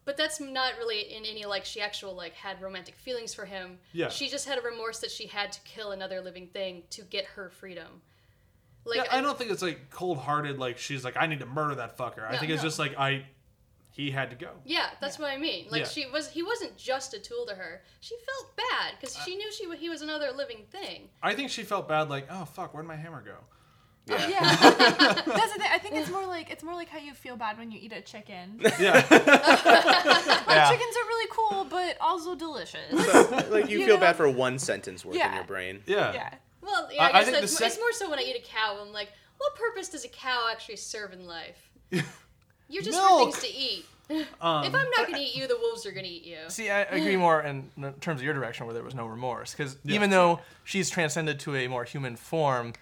Speaker 4: but that's not really in any like she actual like had romantic feelings for him.
Speaker 2: Yeah.
Speaker 4: She just had a remorse that she had to kill another living thing to get her freedom. Like
Speaker 2: yeah, I don't think it's like cold hearted. Like she's like, I need to murder that fucker. I
Speaker 4: No,
Speaker 2: think it's
Speaker 4: no.
Speaker 2: just like I. He had to go.
Speaker 4: Yeah, that's what I mean. Like
Speaker 2: Yeah.
Speaker 4: she was, he wasn't just a tool to her. She felt bad because she knew she wa- he was another living thing.
Speaker 2: I think she felt bad, like, oh fuck, where'd my hammer go?
Speaker 3: yeah.
Speaker 5: Yeah, that's the thing. I think it's more like it's more like how you feel bad when you eat a chicken. Like
Speaker 2: Yeah,
Speaker 6: Yeah.
Speaker 5: chickens are really cool, but also delicious.
Speaker 3: like you
Speaker 5: You
Speaker 3: feel
Speaker 5: know?
Speaker 3: bad for one sentence worth in
Speaker 5: Yeah.
Speaker 3: your brain.
Speaker 2: yeah,
Speaker 5: yeah.
Speaker 4: Well, yeah, I,
Speaker 2: I- I
Speaker 4: guess
Speaker 2: think the
Speaker 4: that's,
Speaker 2: sec-
Speaker 4: it's more so when I eat a cow. I'm like, what purpose does a cow actually serve in life? You're just for
Speaker 2: Milk. Um,
Speaker 4: things to eat. if I'm not gonna eat you, the wolves are gonna eat you.
Speaker 6: See, I agree more in n- terms of your direction where there was no remorse. Because even though she's transcended to a more human form,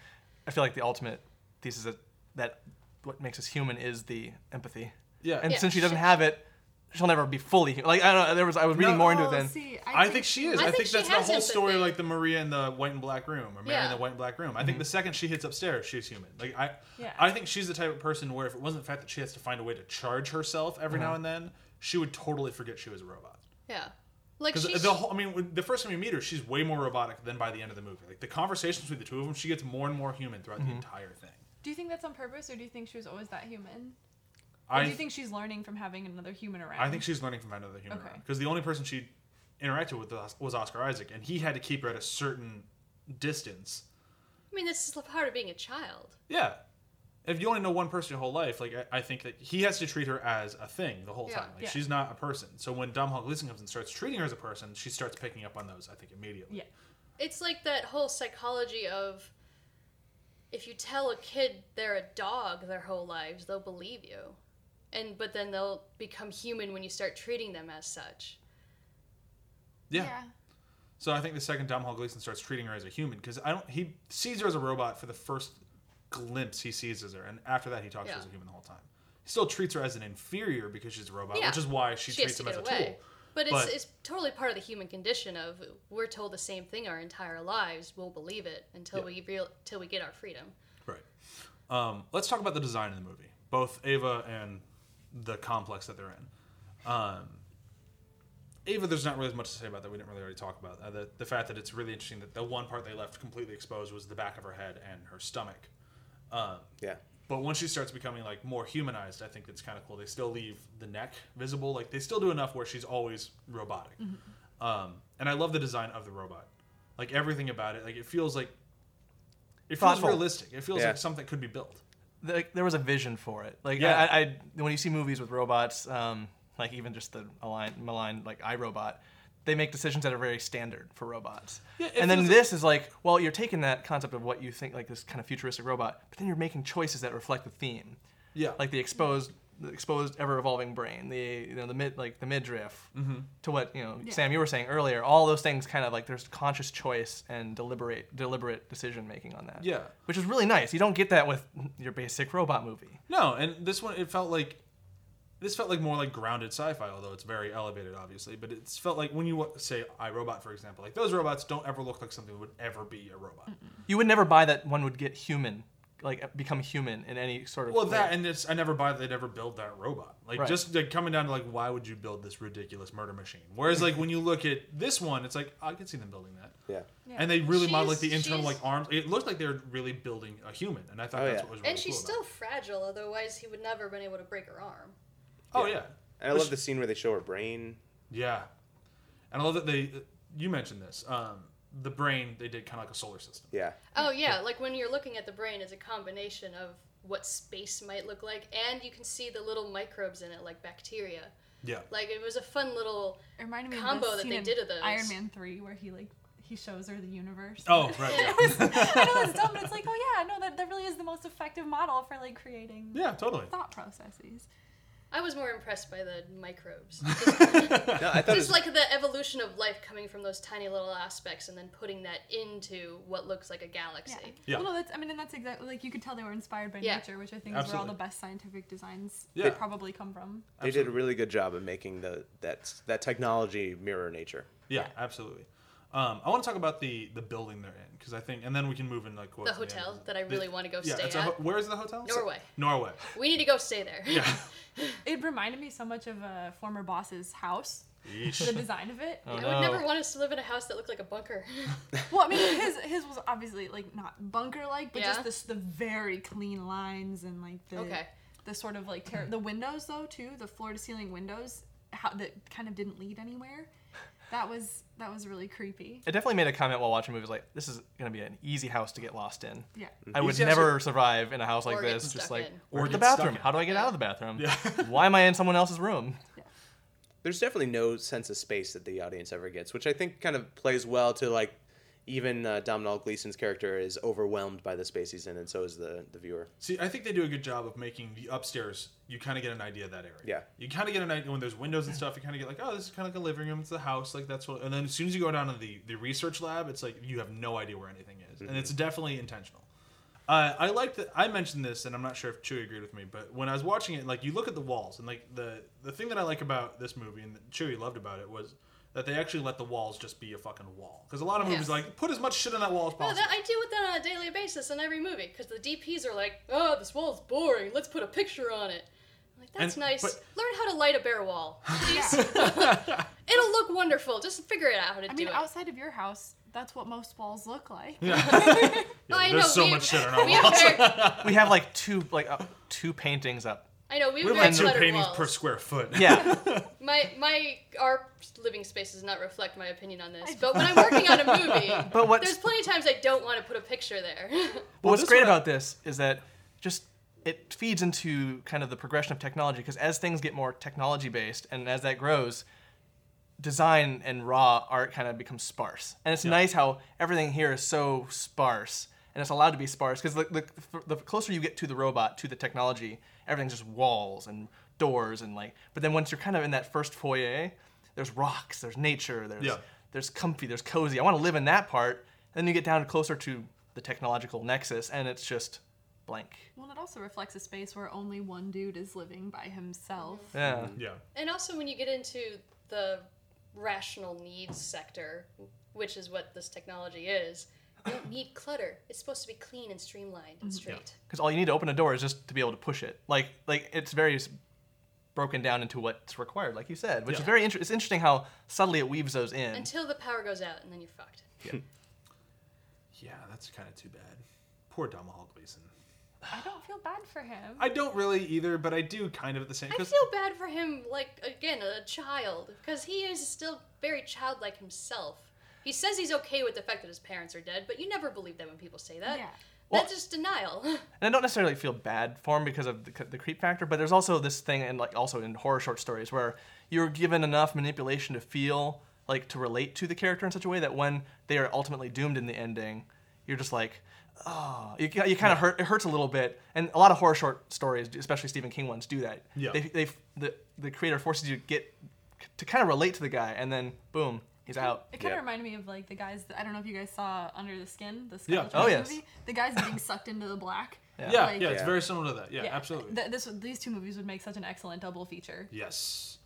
Speaker 6: I feel like the ultimate thesis that, that what makes us human is the empathy.
Speaker 2: Yeah.
Speaker 6: And
Speaker 2: Yeah,
Speaker 6: since she doesn't
Speaker 4: she-
Speaker 6: have it, she'll never be fully human. Like, I don't know. There was, I was reading
Speaker 2: No.
Speaker 6: more into it
Speaker 5: Oh,
Speaker 6: then.
Speaker 5: see,
Speaker 2: I think she is. I,
Speaker 4: I
Speaker 2: think,
Speaker 4: think she
Speaker 2: that's the
Speaker 4: has
Speaker 2: whole story,
Speaker 4: empathy.
Speaker 2: like the Maria in the white and black room, or Mary in
Speaker 4: Yeah.
Speaker 2: the white and black room. I think the second she hits upstairs, she's human. Like I,
Speaker 5: Yeah.
Speaker 2: I think she's the type of person where if it wasn't the fact that she has to find a way to charge herself every now and then, she would totally forget she was a robot.
Speaker 4: Yeah. Like
Speaker 2: Because
Speaker 4: she's
Speaker 2: the whole, I mean, when- the first time you meet her, she's way more robotic than by the end of the movie. Like the conversations between the two of them, she gets more and more human throughout the entire thing.
Speaker 5: Do you think that's on purpose, or do you think she was always that human? Or
Speaker 2: I,
Speaker 5: do you think she's learning from having another human around?
Speaker 2: I think she's learning from another human.
Speaker 5: Okay.
Speaker 2: Because the only person she interacted with was Oscar Isaac, and he had to keep her at a certain distance.
Speaker 4: I mean, this is the part of being a child.
Speaker 2: Yeah. If you only know one person your whole life, like I, I think that he has to treat her as a thing the whole
Speaker 4: Yeah.
Speaker 2: time. Like
Speaker 5: Yeah.
Speaker 2: she's not a person. So when Dom Hall Gleason comes and starts treating her as a person, she starts picking up on those. I think immediately.
Speaker 5: Yeah.
Speaker 4: It's like that whole psychology of if you tell a kid they're a dog their whole lives, they'll believe you. And but then they'll become human when you start treating them as such.
Speaker 2: Yeah. So I think the second Dom Hall Gleason starts treating her as a human because I don't. He sees her as a robot for the first glimpse he sees as her, and after that he talks to her
Speaker 4: Yeah.
Speaker 2: as a human the whole time. He still treats her as an inferior because she's a robot,
Speaker 4: Yeah.
Speaker 2: which is why she,
Speaker 4: She has
Speaker 2: treats
Speaker 4: to
Speaker 2: him as
Speaker 4: get
Speaker 2: a
Speaker 4: away.
Speaker 2: tool.
Speaker 4: But it's,
Speaker 2: But-
Speaker 4: it's totally part of the human condition of we're told the same thing our entire lives. We'll believe it until
Speaker 2: Yeah.
Speaker 4: we real till we get our freedom.
Speaker 2: Right. Um, let's talk about the design of the movie, both Ava and the complex that they're in. Um, Ava, there's not really as much to say about that. We didn't really already talk about uh, the the fact that it's really interesting that the one part they left completely exposed was the back of her head and her stomach.
Speaker 3: Yeah.
Speaker 2: But once she starts becoming like more humanized, I think it's kind of cool. They still leave the neck visible. Like they still do enough where she's always robotic. Um, and I love the design of the robot. Like everything about it. Like it feels like it feels
Speaker 6: Thoughtful.
Speaker 2: realistic. It feels
Speaker 3: Yeah.
Speaker 2: like something could be built.
Speaker 6: like there was a vision for it. Like
Speaker 2: Yeah.
Speaker 6: I, I, when you see movies with robots, um, like even just the align, malign like iRobot, they make decisions that are very standard for robots.
Speaker 2: it
Speaker 6: and then
Speaker 2: feels
Speaker 6: this is like, well, you're taking that concept of what you think like this kind of futuristic robot, but then you're making choices that reflect the theme.
Speaker 2: Yeah.
Speaker 6: Like the exposed, the exposed, ever evolving brain, the you know the mid like the midriff,
Speaker 2: Mm-hmm.
Speaker 6: to what you know Sam you were saying earlier. All those things kind of like there's conscious choice and deliberate deliberate decision making on that.
Speaker 2: Yeah.
Speaker 6: which is really nice. You don't get that with your basic robot movie.
Speaker 2: No, and this one it felt like this felt like more like grounded sci-fi, although it's very elevated, obviously. But it's felt like when you wa- say iRobot, for example, like those robots don't ever look like something that would ever be a robot.
Speaker 6: You would never buy that one would get human, like become human in any sort of.
Speaker 2: Well, that
Speaker 6: way.
Speaker 2: and it's I never buy that they'd ever build that robot. Like
Speaker 6: Right.
Speaker 2: just like coming down to like why would you build this ridiculous murder machine? Whereas like when you look at this one, it's like I can see them building that.
Speaker 3: Yeah.
Speaker 2: And they really model like
Speaker 4: She's-
Speaker 2: the internal like
Speaker 4: she's-
Speaker 2: arms. It looked like they were really building a human, and I thought
Speaker 3: Oh,
Speaker 2: that's
Speaker 3: yeah.
Speaker 2: what was really
Speaker 4: And she's
Speaker 2: cool
Speaker 4: still
Speaker 2: about
Speaker 4: fragile, otherwise he would never have been able to break her arm.
Speaker 2: it. Oh yeah.
Speaker 3: And I love the scene where they show her brain.
Speaker 2: Yeah, and I love that they. You mentioned this. Um, the brain they did kind of like a solar system.
Speaker 3: Yeah.
Speaker 4: Oh yeah, like when you're looking at the brain, it's a combination of what space might look like, and you can see the little microbes in it, like bacteria.
Speaker 2: Yeah,
Speaker 4: Like it was a fun little.
Speaker 5: It reminded me
Speaker 4: Combo
Speaker 5: of
Speaker 4: that
Speaker 5: the scene
Speaker 4: they
Speaker 5: in
Speaker 4: did of those.
Speaker 5: Iron Man three where he like he shows her the universe.
Speaker 2: Oh right. Yeah,
Speaker 5: I know it's dumb, but it's like, oh yeah, no, that, that really is the most effective model for like creating
Speaker 2: yeah totally.
Speaker 5: thought processes.
Speaker 4: I was more impressed by the microbes.
Speaker 3: No, I thought it was,
Speaker 4: Just like the evolution of life coming from those tiny little aspects, and then putting that into what looks like a galaxy.
Speaker 5: Yeah.
Speaker 2: Yeah.
Speaker 5: Well, no, that's I mean, and that's exactly like you could tell they were inspired by
Speaker 4: Yeah.
Speaker 5: nature, which I think is where all
Speaker 2: Absolutely.
Speaker 5: the best scientific designs
Speaker 2: Yeah.
Speaker 5: probably come from.
Speaker 3: they did a really good job of making the that that technology mirror nature.
Speaker 2: Yeah, absolutely. Um, I want to talk about the the building they're in because I think, and then we can move in like quotes
Speaker 4: The
Speaker 2: at end.
Speaker 4: hotel that I really
Speaker 2: The-
Speaker 4: wanna go
Speaker 2: yeah,
Speaker 4: stay
Speaker 2: it's a ho-
Speaker 4: at.
Speaker 2: where is the hotel?
Speaker 4: Norway.
Speaker 2: Norway.
Speaker 4: We need to go stay there.
Speaker 2: Yeah.
Speaker 5: It reminded me so much of a former boss's house. The
Speaker 2: Yeesh. Oh,
Speaker 5: design of it.
Speaker 4: I would never want us to live in a house that looked like a bunker.
Speaker 5: Well, I mean, his his was obviously like not bunker like, but
Speaker 4: Yeah.
Speaker 5: just this the very clean lines and like the
Speaker 4: Okay.
Speaker 5: the sort of like ter- the windows though too, the floor to ceiling windows how, that kind of didn't lead anywhere. That was that was really creepy.
Speaker 6: I definitely made a comment while watching movies like this is gonna be an easy house to get lost in.
Speaker 5: Yeah.
Speaker 6: I would
Speaker 2: Easy house
Speaker 6: never survive in a house like
Speaker 4: Or get
Speaker 6: this. Just
Speaker 4: stuck
Speaker 6: like
Speaker 4: in.
Speaker 2: Or
Speaker 6: or the
Speaker 2: get stuck
Speaker 6: bathroom.
Speaker 2: in.
Speaker 6: How do I get out of the bathroom? Why am I in someone else's room?
Speaker 3: There's definitely no sense of space that the audience ever gets, which I think kind of plays well to like even uh, Domhnall Gleeson's character is overwhelmed by the space he's in, and so is the the viewer.
Speaker 2: See, I think they do a good job of making the upstairs. You kind of get an idea of that area.
Speaker 3: Yeah.
Speaker 2: You kind of get an idea when there's windows and stuff. You kind of get like, oh, this is kind of like a living room. It's the house. Like that's what. And then as soon as you go down to the the research lab, it's like you have no idea where anything is, and it's definitely intentional. Uh, I like that. I mentioned this, and I'm not sure if Chewie agreed with me, but when I was watching it, like you look at the walls, and like the the thing that I like about this movie, and that Chewie loved about it, was that they actually let the walls just be a fucking wall. Because a lot of movies
Speaker 4: Yes.
Speaker 2: like put as much shit on that wall as
Speaker 4: No,
Speaker 2: possible.
Speaker 4: Oh, that, I deal with that on a daily basis in every movie because the DPs are like, "Oh, this wall's boring. Let's put a picture on it." I'm like that's
Speaker 2: And-
Speaker 4: nice.
Speaker 2: but-
Speaker 4: Learn how to light a bare wall. please. It'll look wonderful. Just figure it out how to
Speaker 5: I
Speaker 4: do
Speaker 5: mean,
Speaker 4: it.
Speaker 5: outside of your house, that's what most walls look like.
Speaker 4: Well, I
Speaker 2: There's
Speaker 4: know,
Speaker 2: so
Speaker 4: we-
Speaker 2: much shit on our
Speaker 4: we
Speaker 2: wall.
Speaker 4: have very-
Speaker 6: We have like two like uh, two paintings up.
Speaker 4: I know we
Speaker 2: We have
Speaker 4: have very
Speaker 2: like two
Speaker 4: cluttered
Speaker 2: paintings
Speaker 4: walls.
Speaker 2: per square foot.
Speaker 6: Yeah,
Speaker 4: my my our living space does not reflect my opinion on this, but when I'm working on a movie,
Speaker 6: but what's
Speaker 4: there's plenty of times I don't want to put a picture there.
Speaker 6: But what's
Speaker 2: this
Speaker 6: great
Speaker 2: one-
Speaker 6: about this is that just it feeds into kind of the progression of technology because as things get more technology based and as that grows, design and raw art kind of becomes sparse. And it's nice how everything here is so sparse and it's allowed to be sparse because the, the, the closer you get to the robot, to the technology, everything's just walls and doors and like. But then once you're kind of in that first foyer, there's rocks, there's nature, there's
Speaker 2: Yeah.
Speaker 6: there's comfy, there's cozy. I want to live in that part. Then you get down closer to the technological nexus, and it's just blank.
Speaker 5: Well, it also reflects a space where only one dude is living by himself.
Speaker 6: Yeah.
Speaker 2: Yeah.
Speaker 4: and also when you get into the rational needs sector, which is what this technology is, you don't need clutter. It's supposed to be clean and streamlined and straight.
Speaker 6: Because all you need to open a door is just to be able to push it. Like like it's very s- broken down into what's required, like you said, which is
Speaker 2: Yeah.
Speaker 6: very interesting. It's interesting how subtly it weaves those in.
Speaker 4: Until the power goes out and then you're fucked.
Speaker 2: Yeah, that's kind of too bad. Poor Domhnall Gleeson.
Speaker 5: I don't feel bad for him.
Speaker 2: I don't really either, but I do kind of at the same.
Speaker 4: I
Speaker 2: Cause,
Speaker 4: feel bad for him, like, again, a child, because he is still very childlike himself. He says he's okay with the fact that his parents are dead, but you never believe that when people say that.
Speaker 5: Yeah.
Speaker 4: That's just denial.
Speaker 6: and I don't necessarily feel bad for him because of the, c- the creep factor, but there's also this thing, and like also in horror short stories, where you're given enough manipulation to feel like to relate to the character in such a way that when they are ultimately doomed in the ending, you're just like, oh, you, ca- you kind of hurt. It hurts a little bit, and a lot of horror short stories, especially Stephen King ones, do that.
Speaker 2: Yeah.
Speaker 6: They, they the the creator forces you to get to kind of relate to the guy, and then boom, he's out.
Speaker 5: It kind
Speaker 3: Yeah.
Speaker 5: of reminded me of like the guys. That, I don't know if you guys saw Under the Skin, the Scarlet
Speaker 2: Yeah.
Speaker 5: Witch
Speaker 6: Oh, yes.
Speaker 5: movie. The guys being sucked into the black.
Speaker 6: Yeah.
Speaker 2: yeah,
Speaker 5: Like-
Speaker 2: yeah, it's
Speaker 3: Yeah.
Speaker 2: very similar to that. Yeah, absolutely.
Speaker 5: Th- this would- these two movies would make such an excellent double feature.
Speaker 2: yes,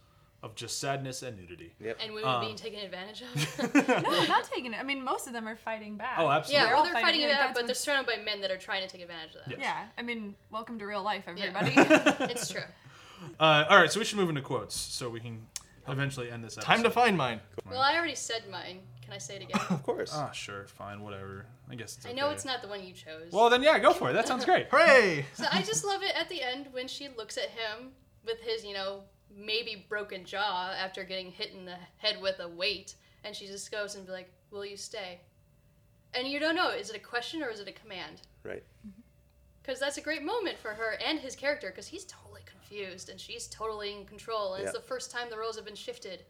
Speaker 2: of just sadness and nudity.
Speaker 4: and women being taken advantage of.
Speaker 5: no, not taking it. I mean, most of them are fighting back.
Speaker 2: Oh, absolutely.
Speaker 4: yeah,
Speaker 5: They're
Speaker 4: well,
Speaker 5: all
Speaker 4: they're
Speaker 5: fighting
Speaker 4: fighting it
Speaker 5: it,
Speaker 4: out,
Speaker 5: that's
Speaker 4: but they're
Speaker 5: when-
Speaker 4: surrounded by men that are trying to take advantage of that.
Speaker 5: Yeah, I mean, welcome to real life,
Speaker 4: Yeah.
Speaker 5: everybody.
Speaker 4: It's true.
Speaker 2: Uh, all right, so we should move into quotes so we can eventually end this. Episode.
Speaker 6: Time to find mine.
Speaker 4: Well, I already said mine. Can I say it again?
Speaker 3: Of course.
Speaker 2: Ah, sure, fine, whatever. I guess it's.
Speaker 4: I know
Speaker 2: okay.
Speaker 4: it's not the one you chose.
Speaker 2: Well, then yeah, go for it. That sounds great.
Speaker 6: Hooray!
Speaker 4: So I just love it at the end when she looks at him with his, you know, maybe broken jaw after getting hit in the head with a weight, and she just goes and be like, "Will you stay?" And you don't know is it a question or is it a command?
Speaker 3: right.
Speaker 4: Because that's a great moment for her and his character because he's totally confused and she's totally in control, and it's
Speaker 3: Yeah.
Speaker 4: the first time the roles have been shifted.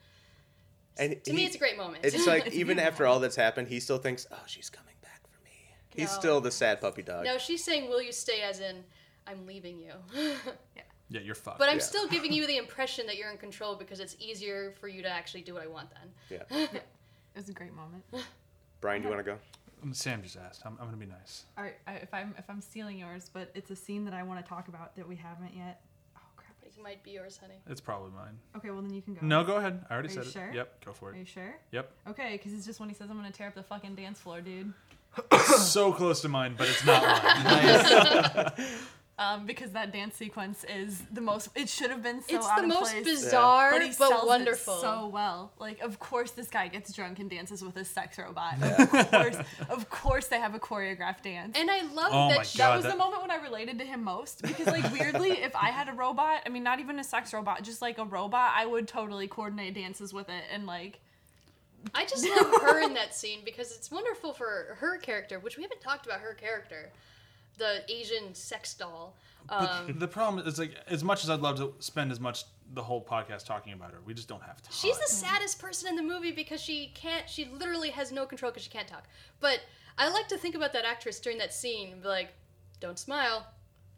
Speaker 3: And
Speaker 4: To
Speaker 3: he-
Speaker 4: me, it's a great moment.
Speaker 3: It's like even after all that's happened, he still thinks, "Oh, she's coming back for me." He's
Speaker 4: No.
Speaker 3: still the sad puppy dog.
Speaker 4: no, she's saying, "Will you stay?" As in, I'm leaving you.
Speaker 2: Yeah, you're fucked.
Speaker 4: But I'm
Speaker 3: Yeah.
Speaker 4: still giving you the impression that you're in control because it's easier for you to actually do what I want then.
Speaker 3: Yeah.
Speaker 5: It was a great moment.
Speaker 3: Brian, do you want to go?
Speaker 2: Um, Sam just asked. I'm, I'm gonna be nice.
Speaker 5: All right, I, if I'm if I'm stealing yours, but it's a scene that I want to talk about that we haven't yet. Oh crap!
Speaker 4: It might be yours, honey.
Speaker 2: It's probably mine.
Speaker 5: Okay, well then you can go.
Speaker 2: No, go ahead. I already
Speaker 5: Are you
Speaker 2: said it.
Speaker 5: sure?
Speaker 2: Yep, go for
Speaker 5: Are
Speaker 2: it.
Speaker 5: you sure?
Speaker 2: Yep.
Speaker 5: Okay, because it's just when he says I'm gonna tear up the fucking dance floor, dude.
Speaker 2: so close to mine, but it's not mine.
Speaker 5: Um, because that dance sequence is the most. It should have been so
Speaker 4: it's
Speaker 5: out
Speaker 4: the
Speaker 5: of
Speaker 4: most
Speaker 5: place.
Speaker 4: bizarre
Speaker 5: But,
Speaker 4: but,
Speaker 5: he sells it
Speaker 4: wonderful.
Speaker 5: so well. Like, of course, this guy gets drunk and dances with a sex robot. Of course, of course, they have a choreographed dance.
Speaker 4: and I love
Speaker 2: Oh
Speaker 4: that
Speaker 2: my
Speaker 4: she,
Speaker 2: God.
Speaker 5: that was
Speaker 2: that-
Speaker 5: the moment when I related to him most because, like, weirdly, if I had a robot, I mean, not even a sex robot, just like a robot, I would totally coordinate dances with it and like.
Speaker 4: I just love her in that scene because it's wonderful for her character, which we haven't talked about her character. the Asian sex doll. Um,
Speaker 2: the problem is like as much as I'd love to spend as much the whole podcast talking about her, we just don't have time.
Speaker 4: She's the saddest person in the movie because she can't. She literally has no control because she can't talk. But I like to think about that actress during that scene, and be like, "Don't smile,"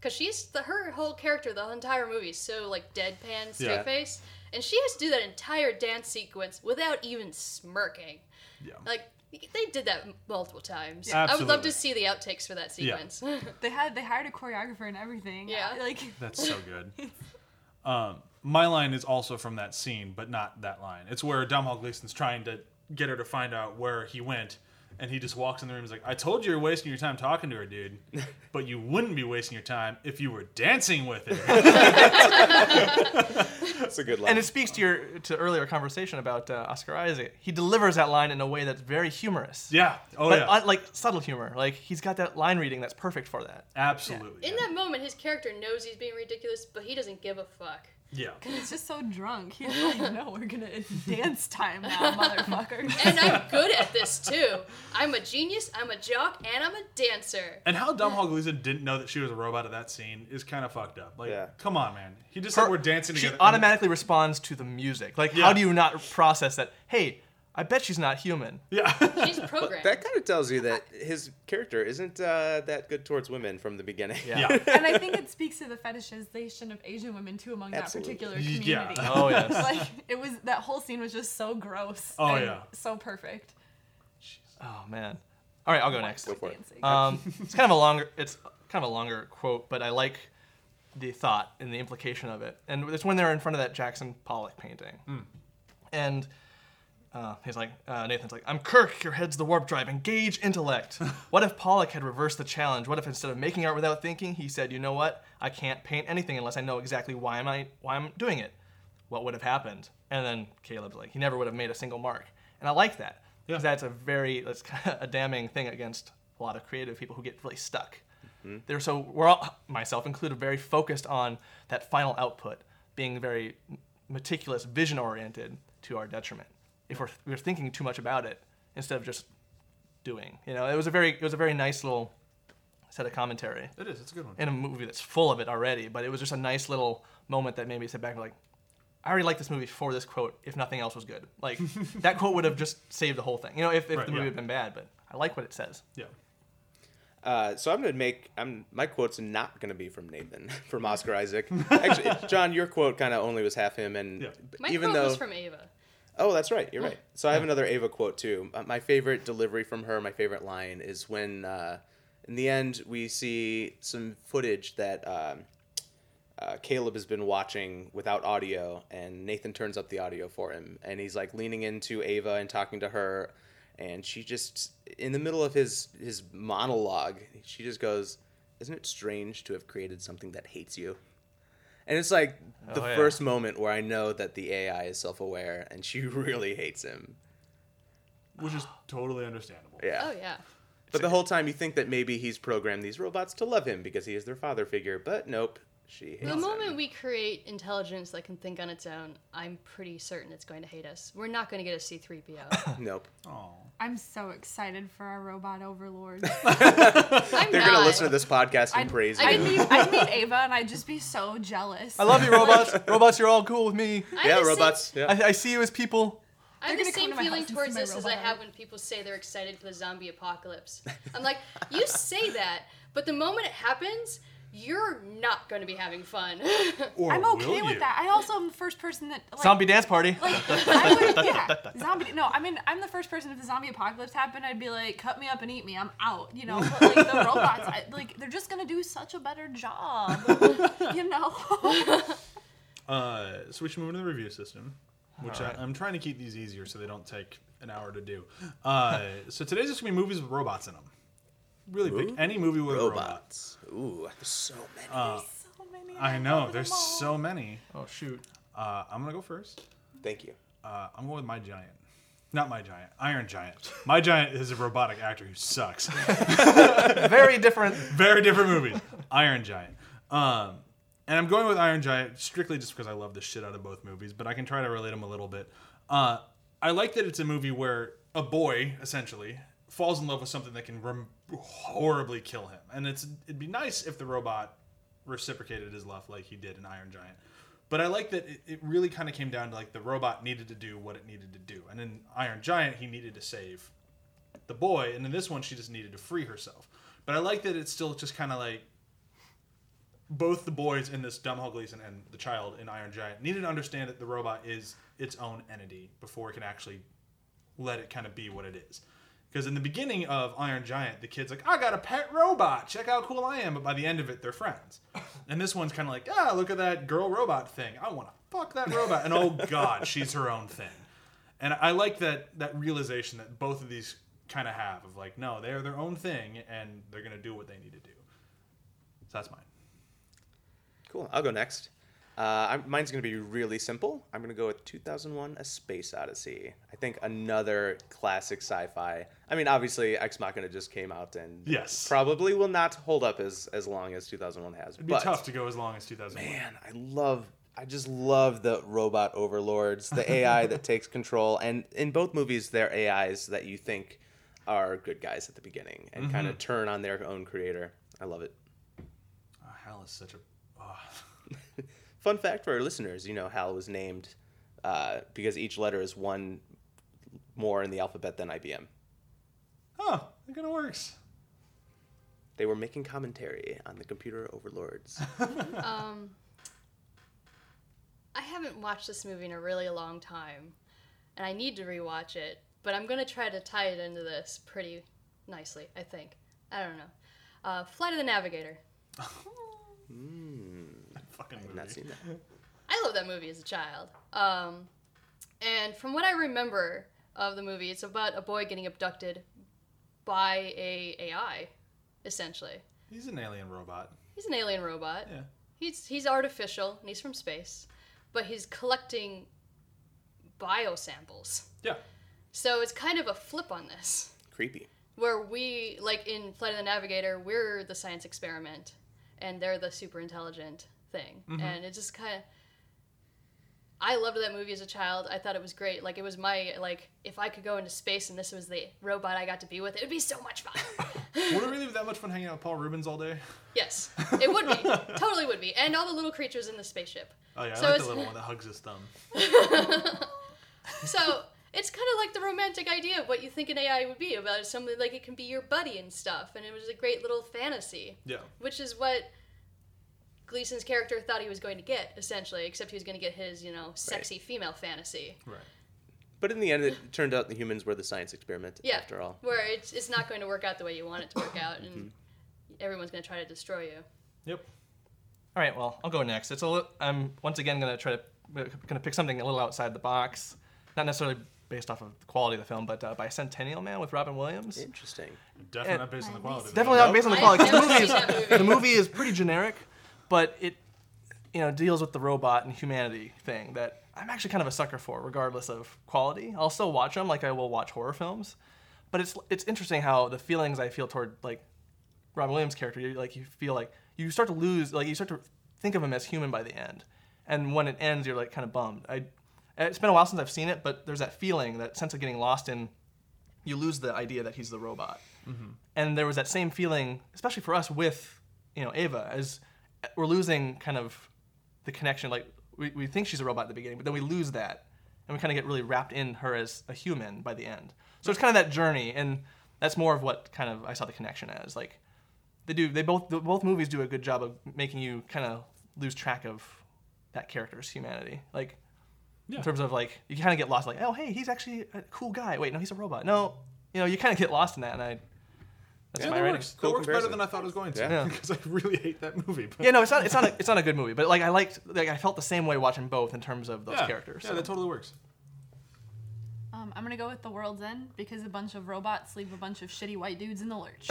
Speaker 4: because she's the her whole character the entire movie is so like deadpan, straight
Speaker 3: Yeah.
Speaker 4: face, and she has to do that entire dance sequence without even smirking.
Speaker 2: yeah.
Speaker 4: Like they did that multiple times.
Speaker 2: Yeah.
Speaker 4: I would love
Speaker 2: Absolutely.
Speaker 4: to see the outtakes for that sequence.
Speaker 5: They had they hired a choreographer and everything.
Speaker 4: Yeah.
Speaker 5: Like
Speaker 2: That's so good. um, my line is also from that scene, but not that line. It's where Domhnall Gleeson's trying to get her to find out where he went, and he just walks in the room. and is like, "I told you you're wasting your time talking to her, dude, but you wouldn't be wasting your time if you were dancing with her."
Speaker 3: That's a good line.
Speaker 6: And it speaks to your to earlier conversation about uh, Oscar Isaac. He delivers that line in a way that's very humorous.
Speaker 2: yeah. Oh
Speaker 6: but
Speaker 2: yeah.
Speaker 6: un- like subtle humor. Like he's got that line reading that's perfect for that.
Speaker 2: Absolutely.
Speaker 4: In that moment, his character knows he's being ridiculous, but he doesn't give a fuck.
Speaker 2: Yeah.
Speaker 5: he's just so drunk. He's like, no, we're gonna it's dance time now, motherfucker.
Speaker 4: And I'm good at this too. I'm a genius, I'm a jock, and I'm a dancer.
Speaker 2: And how Domhnall Gleeson didn't know that she was a robot at that scene is kind of fucked up. Like,
Speaker 3: Yeah.
Speaker 2: come on, man. He just
Speaker 6: Her-
Speaker 2: said we're dancing
Speaker 6: She
Speaker 2: together.
Speaker 6: automatically responds to the music. Like
Speaker 2: Yeah.
Speaker 6: how do you not process that? Hey, I bet she's not human.
Speaker 2: Yeah.
Speaker 4: She's programmed.
Speaker 3: that kind of tells you that his character isn't uh, that good towards women from the beginning.
Speaker 2: yeah.
Speaker 5: and I think it speaks to the fetishization of Asian women too among
Speaker 3: Absolutely.
Speaker 5: that particular
Speaker 2: Y-
Speaker 5: community.
Speaker 2: yeah.
Speaker 6: Oh yes.
Speaker 5: like it was that whole scene was just so gross.
Speaker 2: Oh,
Speaker 5: and
Speaker 2: yeah.
Speaker 5: So perfect.
Speaker 6: Oh man. All right, I'll go next.
Speaker 3: Go for it.
Speaker 5: Dancing.
Speaker 6: Um, it's kind of a longer. It's kind of a longer quote, but I like the thought and the implication of it. And it's when they're in front of that Jackson Pollock painting,
Speaker 2: Hmm.
Speaker 6: and uh, he's like, uh, Nathan's like, "I'm Kirk. Your head's the warp drive. Engage intellect." what if Pollock had reversed the challenge? What if instead of making art without thinking, he said, "You know what? I can't paint anything unless I know exactly why am I why I'm doing it." What would have happened? And then Caleb's like, "He never would have made a single mark." And I like that.
Speaker 2: Yeah.
Speaker 6: because That's a very that's kind of a damning thing against a lot of creative people who get really stuck.
Speaker 2: Hmm?
Speaker 6: They're so we're all myself included very focused on that final output, being very meticulous, vision oriented to our detriment. If we're we're thinking too much about it instead of just doing, you know, it was a very it was a very nice little set of commentary
Speaker 2: It is. It's a good one.
Speaker 6: in a movie that's full of it already. But it was just a nice little moment that made me sit back and be like, I already liked this movie for this quote. If nothing else was good, like that quote would have just saved the whole thing. You know, if, if
Speaker 2: Right,
Speaker 6: the movie
Speaker 2: yeah.
Speaker 6: had been bad, but I like what it says.
Speaker 2: Yeah.
Speaker 3: Uh, so I'm gonna make I'm my quote's not gonna be from Nathan from Oscar Isaac. Actually, John, your quote kind of only was half him, and
Speaker 2: Yeah.
Speaker 4: My
Speaker 3: even
Speaker 4: quote
Speaker 3: though
Speaker 4: was from Ava.
Speaker 3: Oh, that's right. You're right. So I have another Ava quote too. Uh, My favorite delivery from her, my favorite line is when, uh, in the end, we see some footage that um, uh, Caleb has been watching without audio, and Nathan turns up the audio for him, and he's like leaning into Ava and talking to her, and she just, in the middle of his his monologue, she just goes, "Isn't it strange to have created something that hates you?" And it's like the
Speaker 6: Oh, yeah.
Speaker 3: first moment where I know that the AI is self aware and she really hates him.
Speaker 2: Which is totally understandable.
Speaker 3: Yeah.
Speaker 4: Oh yeah.
Speaker 3: But the whole time you think that maybe he's programmed these robots to love him because he is their father figure, but nope, she hates
Speaker 4: The
Speaker 3: him.
Speaker 4: moment we create intelligence that can think on its own, I'm pretty certain it's going to hate us. We're not going to get a C3PO.
Speaker 3: Nope.
Speaker 2: Oh.
Speaker 5: I'm so excited for our robot overlords.
Speaker 4: I'm
Speaker 3: They're
Speaker 4: not.
Speaker 3: going to listen to this podcast and
Speaker 5: I'd-
Speaker 3: praise
Speaker 5: I'd
Speaker 3: him.
Speaker 5: meet, I'd meet Ava and I'd just be so jealous.
Speaker 6: I love you, robots. robots, you're all cool with me.
Speaker 4: I'm
Speaker 3: yeah,
Speaker 4: the same-
Speaker 3: robots.
Speaker 6: I,
Speaker 3: Yeah.
Speaker 6: I see you as people.
Speaker 4: I have
Speaker 5: They're
Speaker 4: the
Speaker 5: gonna come
Speaker 4: same
Speaker 5: to my
Speaker 4: feeling
Speaker 5: house and see
Speaker 4: towards
Speaker 5: my
Speaker 4: this as I
Speaker 5: robot.
Speaker 4: have when people say they're excited for the zombie apocalypse. I'm like, you say that, but the moment it happens, you're not going to be having fun.
Speaker 2: Or
Speaker 5: I'm okay
Speaker 2: Oh, will
Speaker 5: with
Speaker 2: you?
Speaker 5: that. I also am the first person that like,
Speaker 6: Zombie dance party.
Speaker 5: Like, I would, yeah, zombie. No, I mean, I'm the first person. If the zombie apocalypse happened, I'd be like, cut me up and eat me. I'm out. You know, but like the robots, I, like they're just gonna do such a better job. You know.
Speaker 2: Uh, so we should move into the review system, which I, I'm trying to keep these easier so they don't take an hour to do. Uh, so today's just gonna be movies with robots in them. Really big. Any movie with robots. a robot.
Speaker 3: Robots. Ooh, there's so many.
Speaker 5: so many.
Speaker 2: I know. There's
Speaker 5: them all.
Speaker 2: so many.
Speaker 6: Oh shoot.
Speaker 2: Uh, I'm gonna go first.
Speaker 3: Thank you.
Speaker 2: Uh, I'm going with my giant. Not my giant. Iron Giant. My giant is a robotic actor who sucks.
Speaker 6: Very different.
Speaker 2: Very different movies. Iron Giant. Um, and I'm going with Iron Giant strictly just because I love the shit out of both movies, but I can try to relate them a little bit. Uh, I like that it's a movie where a boy, essentially, falls in love with something that can rem- horribly kill him. And it's it'd be nice if the robot reciprocated his love like he did in Iron Giant. But I like that it, it really kind of came down to like the robot needed to do what it needed to do. And in Iron Giant, he needed to save the boy, and in this one, she just needed to free herself. But I like that it's still just kind of like both the boys in this Dumb Gleason and the child in Iron Giant needed to understand that the robot is its own entity before it can actually let it kind of be what it is. Because in the beginning of Iron Giant, the kid's like, I got a pet robot. Check how cool I am. But by the end of it, they're friends. And this one's kind of like, ah, look at that girl robot thing. I want to fuck that robot. And oh, God, she's her own thing. And I like that, that realization that both of these kind of have of like, no, they're their own thing and they're going to do what they need to do. So that's mine.
Speaker 3: Cool. I'll go next. Uh, I'm, mine's going to be really simple. I'm going to go with 2001: A Space Odyssey. I think another classic sci-fi. I mean, obviously, Ex Machina just came out, and
Speaker 2: Yes.
Speaker 3: probably will not hold up as as long as 2001 has.
Speaker 2: It'd be tough to go as long as 2001.
Speaker 3: man, I love. I just love the robot overlords, the AI that takes control, and in both movies, they're AIs that you think are good guys at the beginning and kind
Speaker 2: Mm-hmm.
Speaker 3: of turn on their own creator. I love it.
Speaker 2: Oh, hell is such a. Oh.
Speaker 3: Fun fact for our listeners, you know, Hal was named uh, because each letter is one more in the alphabet than IBM.
Speaker 2: Huh, it kind of works.
Speaker 3: They were making commentary on the computer overlords.
Speaker 4: Um, I haven't watched this movie in a really long time, and I need to rewatch it. But I'm gonna try to tie it into this pretty nicely. I think. I don't know. Uh, Flight of the Navigator.
Speaker 2: Fucking
Speaker 3: I've
Speaker 2: movie.
Speaker 3: not seen that.
Speaker 4: I love that movie as a child. Um, and from what I remember of the movie, it's about a boy getting abducted by a AI, essentially.
Speaker 2: He's an alien robot.
Speaker 4: He's an alien robot.
Speaker 2: Yeah.
Speaker 4: He's he's artificial and he's from space, but he's collecting biosamples.
Speaker 2: Yeah.
Speaker 4: So it's kind of a flip on this,
Speaker 3: Creepy.
Speaker 4: where we like in Flight of the Navigator, we're the science experiment, and they're the super intelligent thing, and it just kind of. I loved that movie as a child. I thought it was great. Like it was my like if I could go into space and this was the robot I got to be with, it would be so much fun.
Speaker 2: Would it really be that much fun hanging out with Paul Rubens all day?
Speaker 4: yes, it would be. totally would be. And all the little creatures in the spaceship.
Speaker 2: Oh yeah,
Speaker 4: So
Speaker 2: I like
Speaker 4: it's-
Speaker 2: the little one that hugs his thumb.
Speaker 4: So it's kind of like the romantic idea of what you think an AI would be about something like it can be your buddy and stuff, and it was a great little fantasy,
Speaker 2: Yeah.
Speaker 4: which is what Gleason's character thought he was going to get essentially, except he was going to get his you know sexy female fantasy.
Speaker 2: Right.
Speaker 3: But in the end, it turned out the humans were the science experiment
Speaker 4: Yeah,
Speaker 3: after all.
Speaker 4: where it's it's not going to work out the way you want it to work out, and
Speaker 3: Mm-hmm.
Speaker 4: everyone's going to try to destroy you.
Speaker 2: Yep.
Speaker 6: All right, well, I'll go next. It's a li- I'm once again gonna try to gonna pick something a little outside the box, not necessarily based off of the quality of the film, but uh, by Centennial Man with Robin Williams.
Speaker 3: Interesting.
Speaker 2: Definitely
Speaker 6: Yeah.
Speaker 2: not based on the quality. of the
Speaker 6: Definitely
Speaker 2: movie.
Speaker 6: not based on the
Speaker 4: I've
Speaker 6: quality.
Speaker 4: never
Speaker 6: 'cause
Speaker 4: seen
Speaker 6: the
Speaker 4: that
Speaker 6: movie is
Speaker 4: movie.
Speaker 6: the movie is pretty generic, but it you know deals with the robot and humanity thing that I'm actually kind of a sucker for, regardless of quality. I'll still watch them like I will watch horror films, but it's it's interesting how the feelings I feel toward like Robin Williams' character, you like you feel like you start to lose, like you start to think of him as human by the end, and when it ends, you're like kind of bummed. I it's been a while since I've seen it, but there's that feeling, that sense of getting lost in. You lose the idea that he's the robot and there was that same feeling, especially for us with you know Ava, as we're losing kind of the connection. Like we, we think she's a robot at the beginning, but then we lose that, and we kind of get really wrapped in her as a human by the end. So it's kind of that journey, and that's more of what kind of I saw the connection as. Like they do, they both the, both movies do a good job of making you kind of lose track of that character's humanity. Like in terms of like you kind of get lost like oh hey he's actually a cool guy wait no he's a robot no you know you kind of get lost in that and i that's
Speaker 2: Yeah,
Speaker 6: my
Speaker 2: that
Speaker 6: rating
Speaker 2: works.
Speaker 3: Cool
Speaker 2: that works better
Speaker 3: comparison.
Speaker 2: than I thought it was going to.
Speaker 3: Yeah.
Speaker 2: Because I really hate that movie. But
Speaker 6: yeah no it's not it's not a, it's not a good movie but like i liked like i felt the same way watching both in terms of those
Speaker 2: yeah.
Speaker 6: characters
Speaker 2: Yeah,
Speaker 6: so.
Speaker 2: that totally works.
Speaker 5: Um, I'm gonna go with The World's End because a bunch of robots leave a bunch of shitty white dudes in the lurch.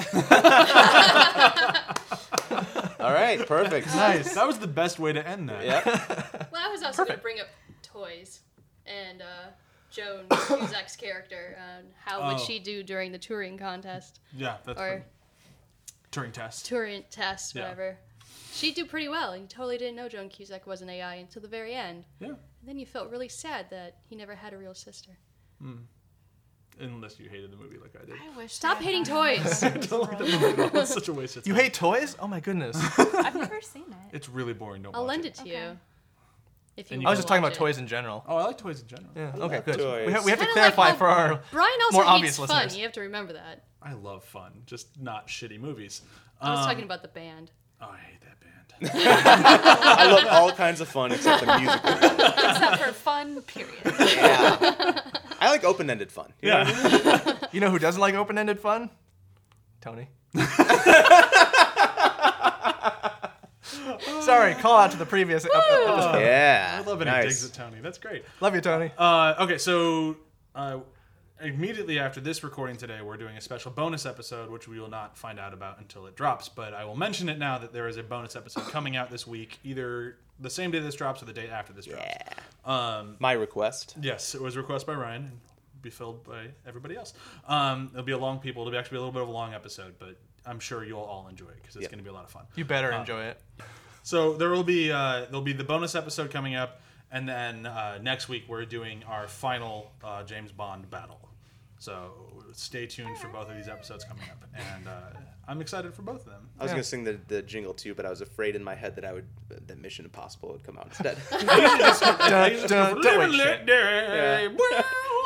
Speaker 3: All right, perfect.
Speaker 2: Nice. that was the best way to end that.
Speaker 3: Yeah.
Speaker 4: Well, I was also going to bring up toys and uh, Joan Cusack's character. and how would
Speaker 2: Oh.
Speaker 4: she do during the Turing contest
Speaker 2: Yeah, that's
Speaker 4: or
Speaker 2: Turing test.
Speaker 4: Turing test,
Speaker 2: Yeah.
Speaker 4: whatever? She'd do pretty well. and You totally didn't know Joan Cusack was an AI until the very end.
Speaker 2: Yeah.
Speaker 4: And then you felt really sad that he never had a real sister.
Speaker 2: unless you hated the movie like I did.
Speaker 5: I wish.
Speaker 4: Stop
Speaker 5: they
Speaker 4: hating
Speaker 5: had
Speaker 4: toys.
Speaker 2: don't like that movie at all. It's such a waste of time.
Speaker 6: You hate toys? Oh my goodness.
Speaker 5: that. I've never seen it.
Speaker 2: It's really boring. Don't
Speaker 4: I'll
Speaker 2: watch
Speaker 4: lend it to you.
Speaker 5: Okay.
Speaker 4: If you
Speaker 2: And
Speaker 6: I
Speaker 4: wanna
Speaker 6: was just talking
Speaker 4: watch
Speaker 6: about
Speaker 4: it.
Speaker 6: toys in general.
Speaker 2: Oh, I like toys in general.
Speaker 6: Yeah. Okay,
Speaker 3: love
Speaker 6: good.
Speaker 3: toys.
Speaker 6: We have, we have to
Speaker 4: Kinda
Speaker 6: clarify
Speaker 4: like how
Speaker 6: for our
Speaker 4: Brian also
Speaker 6: more
Speaker 4: hates
Speaker 6: obvious
Speaker 4: fun.
Speaker 6: listeners.
Speaker 4: You have to remember that.
Speaker 2: I love fun, just not shitty movies.
Speaker 4: I was
Speaker 2: Um,
Speaker 4: talking about the band.
Speaker 2: Oh, I hate that band.
Speaker 3: I love all kinds of fun except the music.
Speaker 5: Except for fun, period.
Speaker 3: yeah. I like open-ended fun. You know what I mean?
Speaker 6: You know who doesn't like open-ended fun? Tony. Sorry, call out to the previous. ep- ep- episode.
Speaker 3: Yeah.
Speaker 2: Oh. I love it.
Speaker 3: Nice.
Speaker 2: Nice. Digs at Tony. That's great.
Speaker 6: Love you, Tony.
Speaker 2: Uh, okay, so uh, immediately after this recording today, we're doing a special bonus episode, which we will not find out about until it drops. But I will mention it now that there is a bonus episode coming out this week, either the same day this drops or the day after this drops.
Speaker 3: My request.
Speaker 2: Yes, it was requested by Ryan and be filled by everybody else. Um, it'll be a long people. It'll be actually a little bit of a long episode, but I'm sure you'll all enjoy it because it's
Speaker 3: Yep.
Speaker 2: going to be a lot of fun.
Speaker 6: You better enjoy it.
Speaker 2: So there will be uh, there'll be the bonus episode coming up, and then uh, next week we're doing our final uh, James Bond battle. So stay tuned for both of these episodes coming up, and uh, I'm excited for both of them.
Speaker 3: I was
Speaker 6: Yeah.
Speaker 3: gonna sing the, the jingle too, but I was afraid in my head that I would that Mission Impossible would come out instead.
Speaker 6: Dun, dun, dun, wait, shit.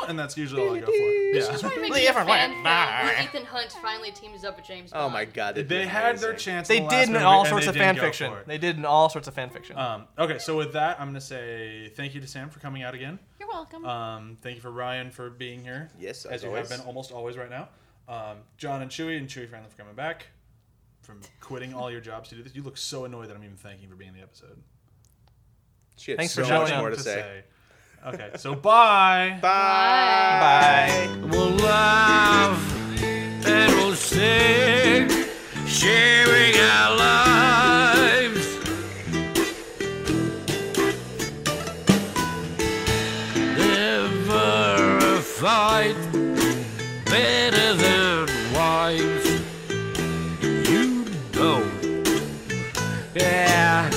Speaker 2: And that's usually all I go for. Yeah.
Speaker 4: Trying to make
Speaker 6: Lee
Speaker 4: you a
Speaker 6: Everett,
Speaker 4: fan film
Speaker 6: bye.
Speaker 4: where Ethan Hunt finally teams up with James.
Speaker 3: oh
Speaker 4: Bond.
Speaker 3: my god, that'd be
Speaker 2: They had their
Speaker 3: amazing.
Speaker 2: chance. in
Speaker 6: They
Speaker 2: the
Speaker 6: did
Speaker 2: last
Speaker 6: in
Speaker 2: movie,
Speaker 6: all
Speaker 2: and
Speaker 6: sorts
Speaker 2: they
Speaker 6: of
Speaker 2: didn't
Speaker 6: fan
Speaker 2: go
Speaker 6: fiction.
Speaker 2: for it.
Speaker 6: They did in all sorts of fan fiction.
Speaker 2: Um, okay, so with that, I'm gonna say thank you to Sam for coming out again.
Speaker 5: You're welcome.
Speaker 2: Um, thank you for Ryan for being here.
Speaker 3: Yes,
Speaker 2: as,
Speaker 3: as
Speaker 2: you
Speaker 3: always.
Speaker 2: have been almost always right now. Um, John and Chewy and Chewy Franklin for coming back from quitting all your jobs to do this. You look so annoyed that I'm even thanking you for being in the episode.
Speaker 3: She had
Speaker 6: Thanks
Speaker 3: so
Speaker 6: for
Speaker 3: much
Speaker 6: showing up
Speaker 3: more to
Speaker 2: To
Speaker 3: say.
Speaker 2: say. Okay, so bye.
Speaker 3: Bye.
Speaker 6: Bye.
Speaker 1: We'll laugh and we'll sing, sharing our lives. Never a fight better than wives. You know, yeah.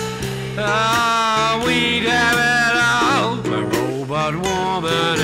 Speaker 1: Ah, we'd have it all. A robot woman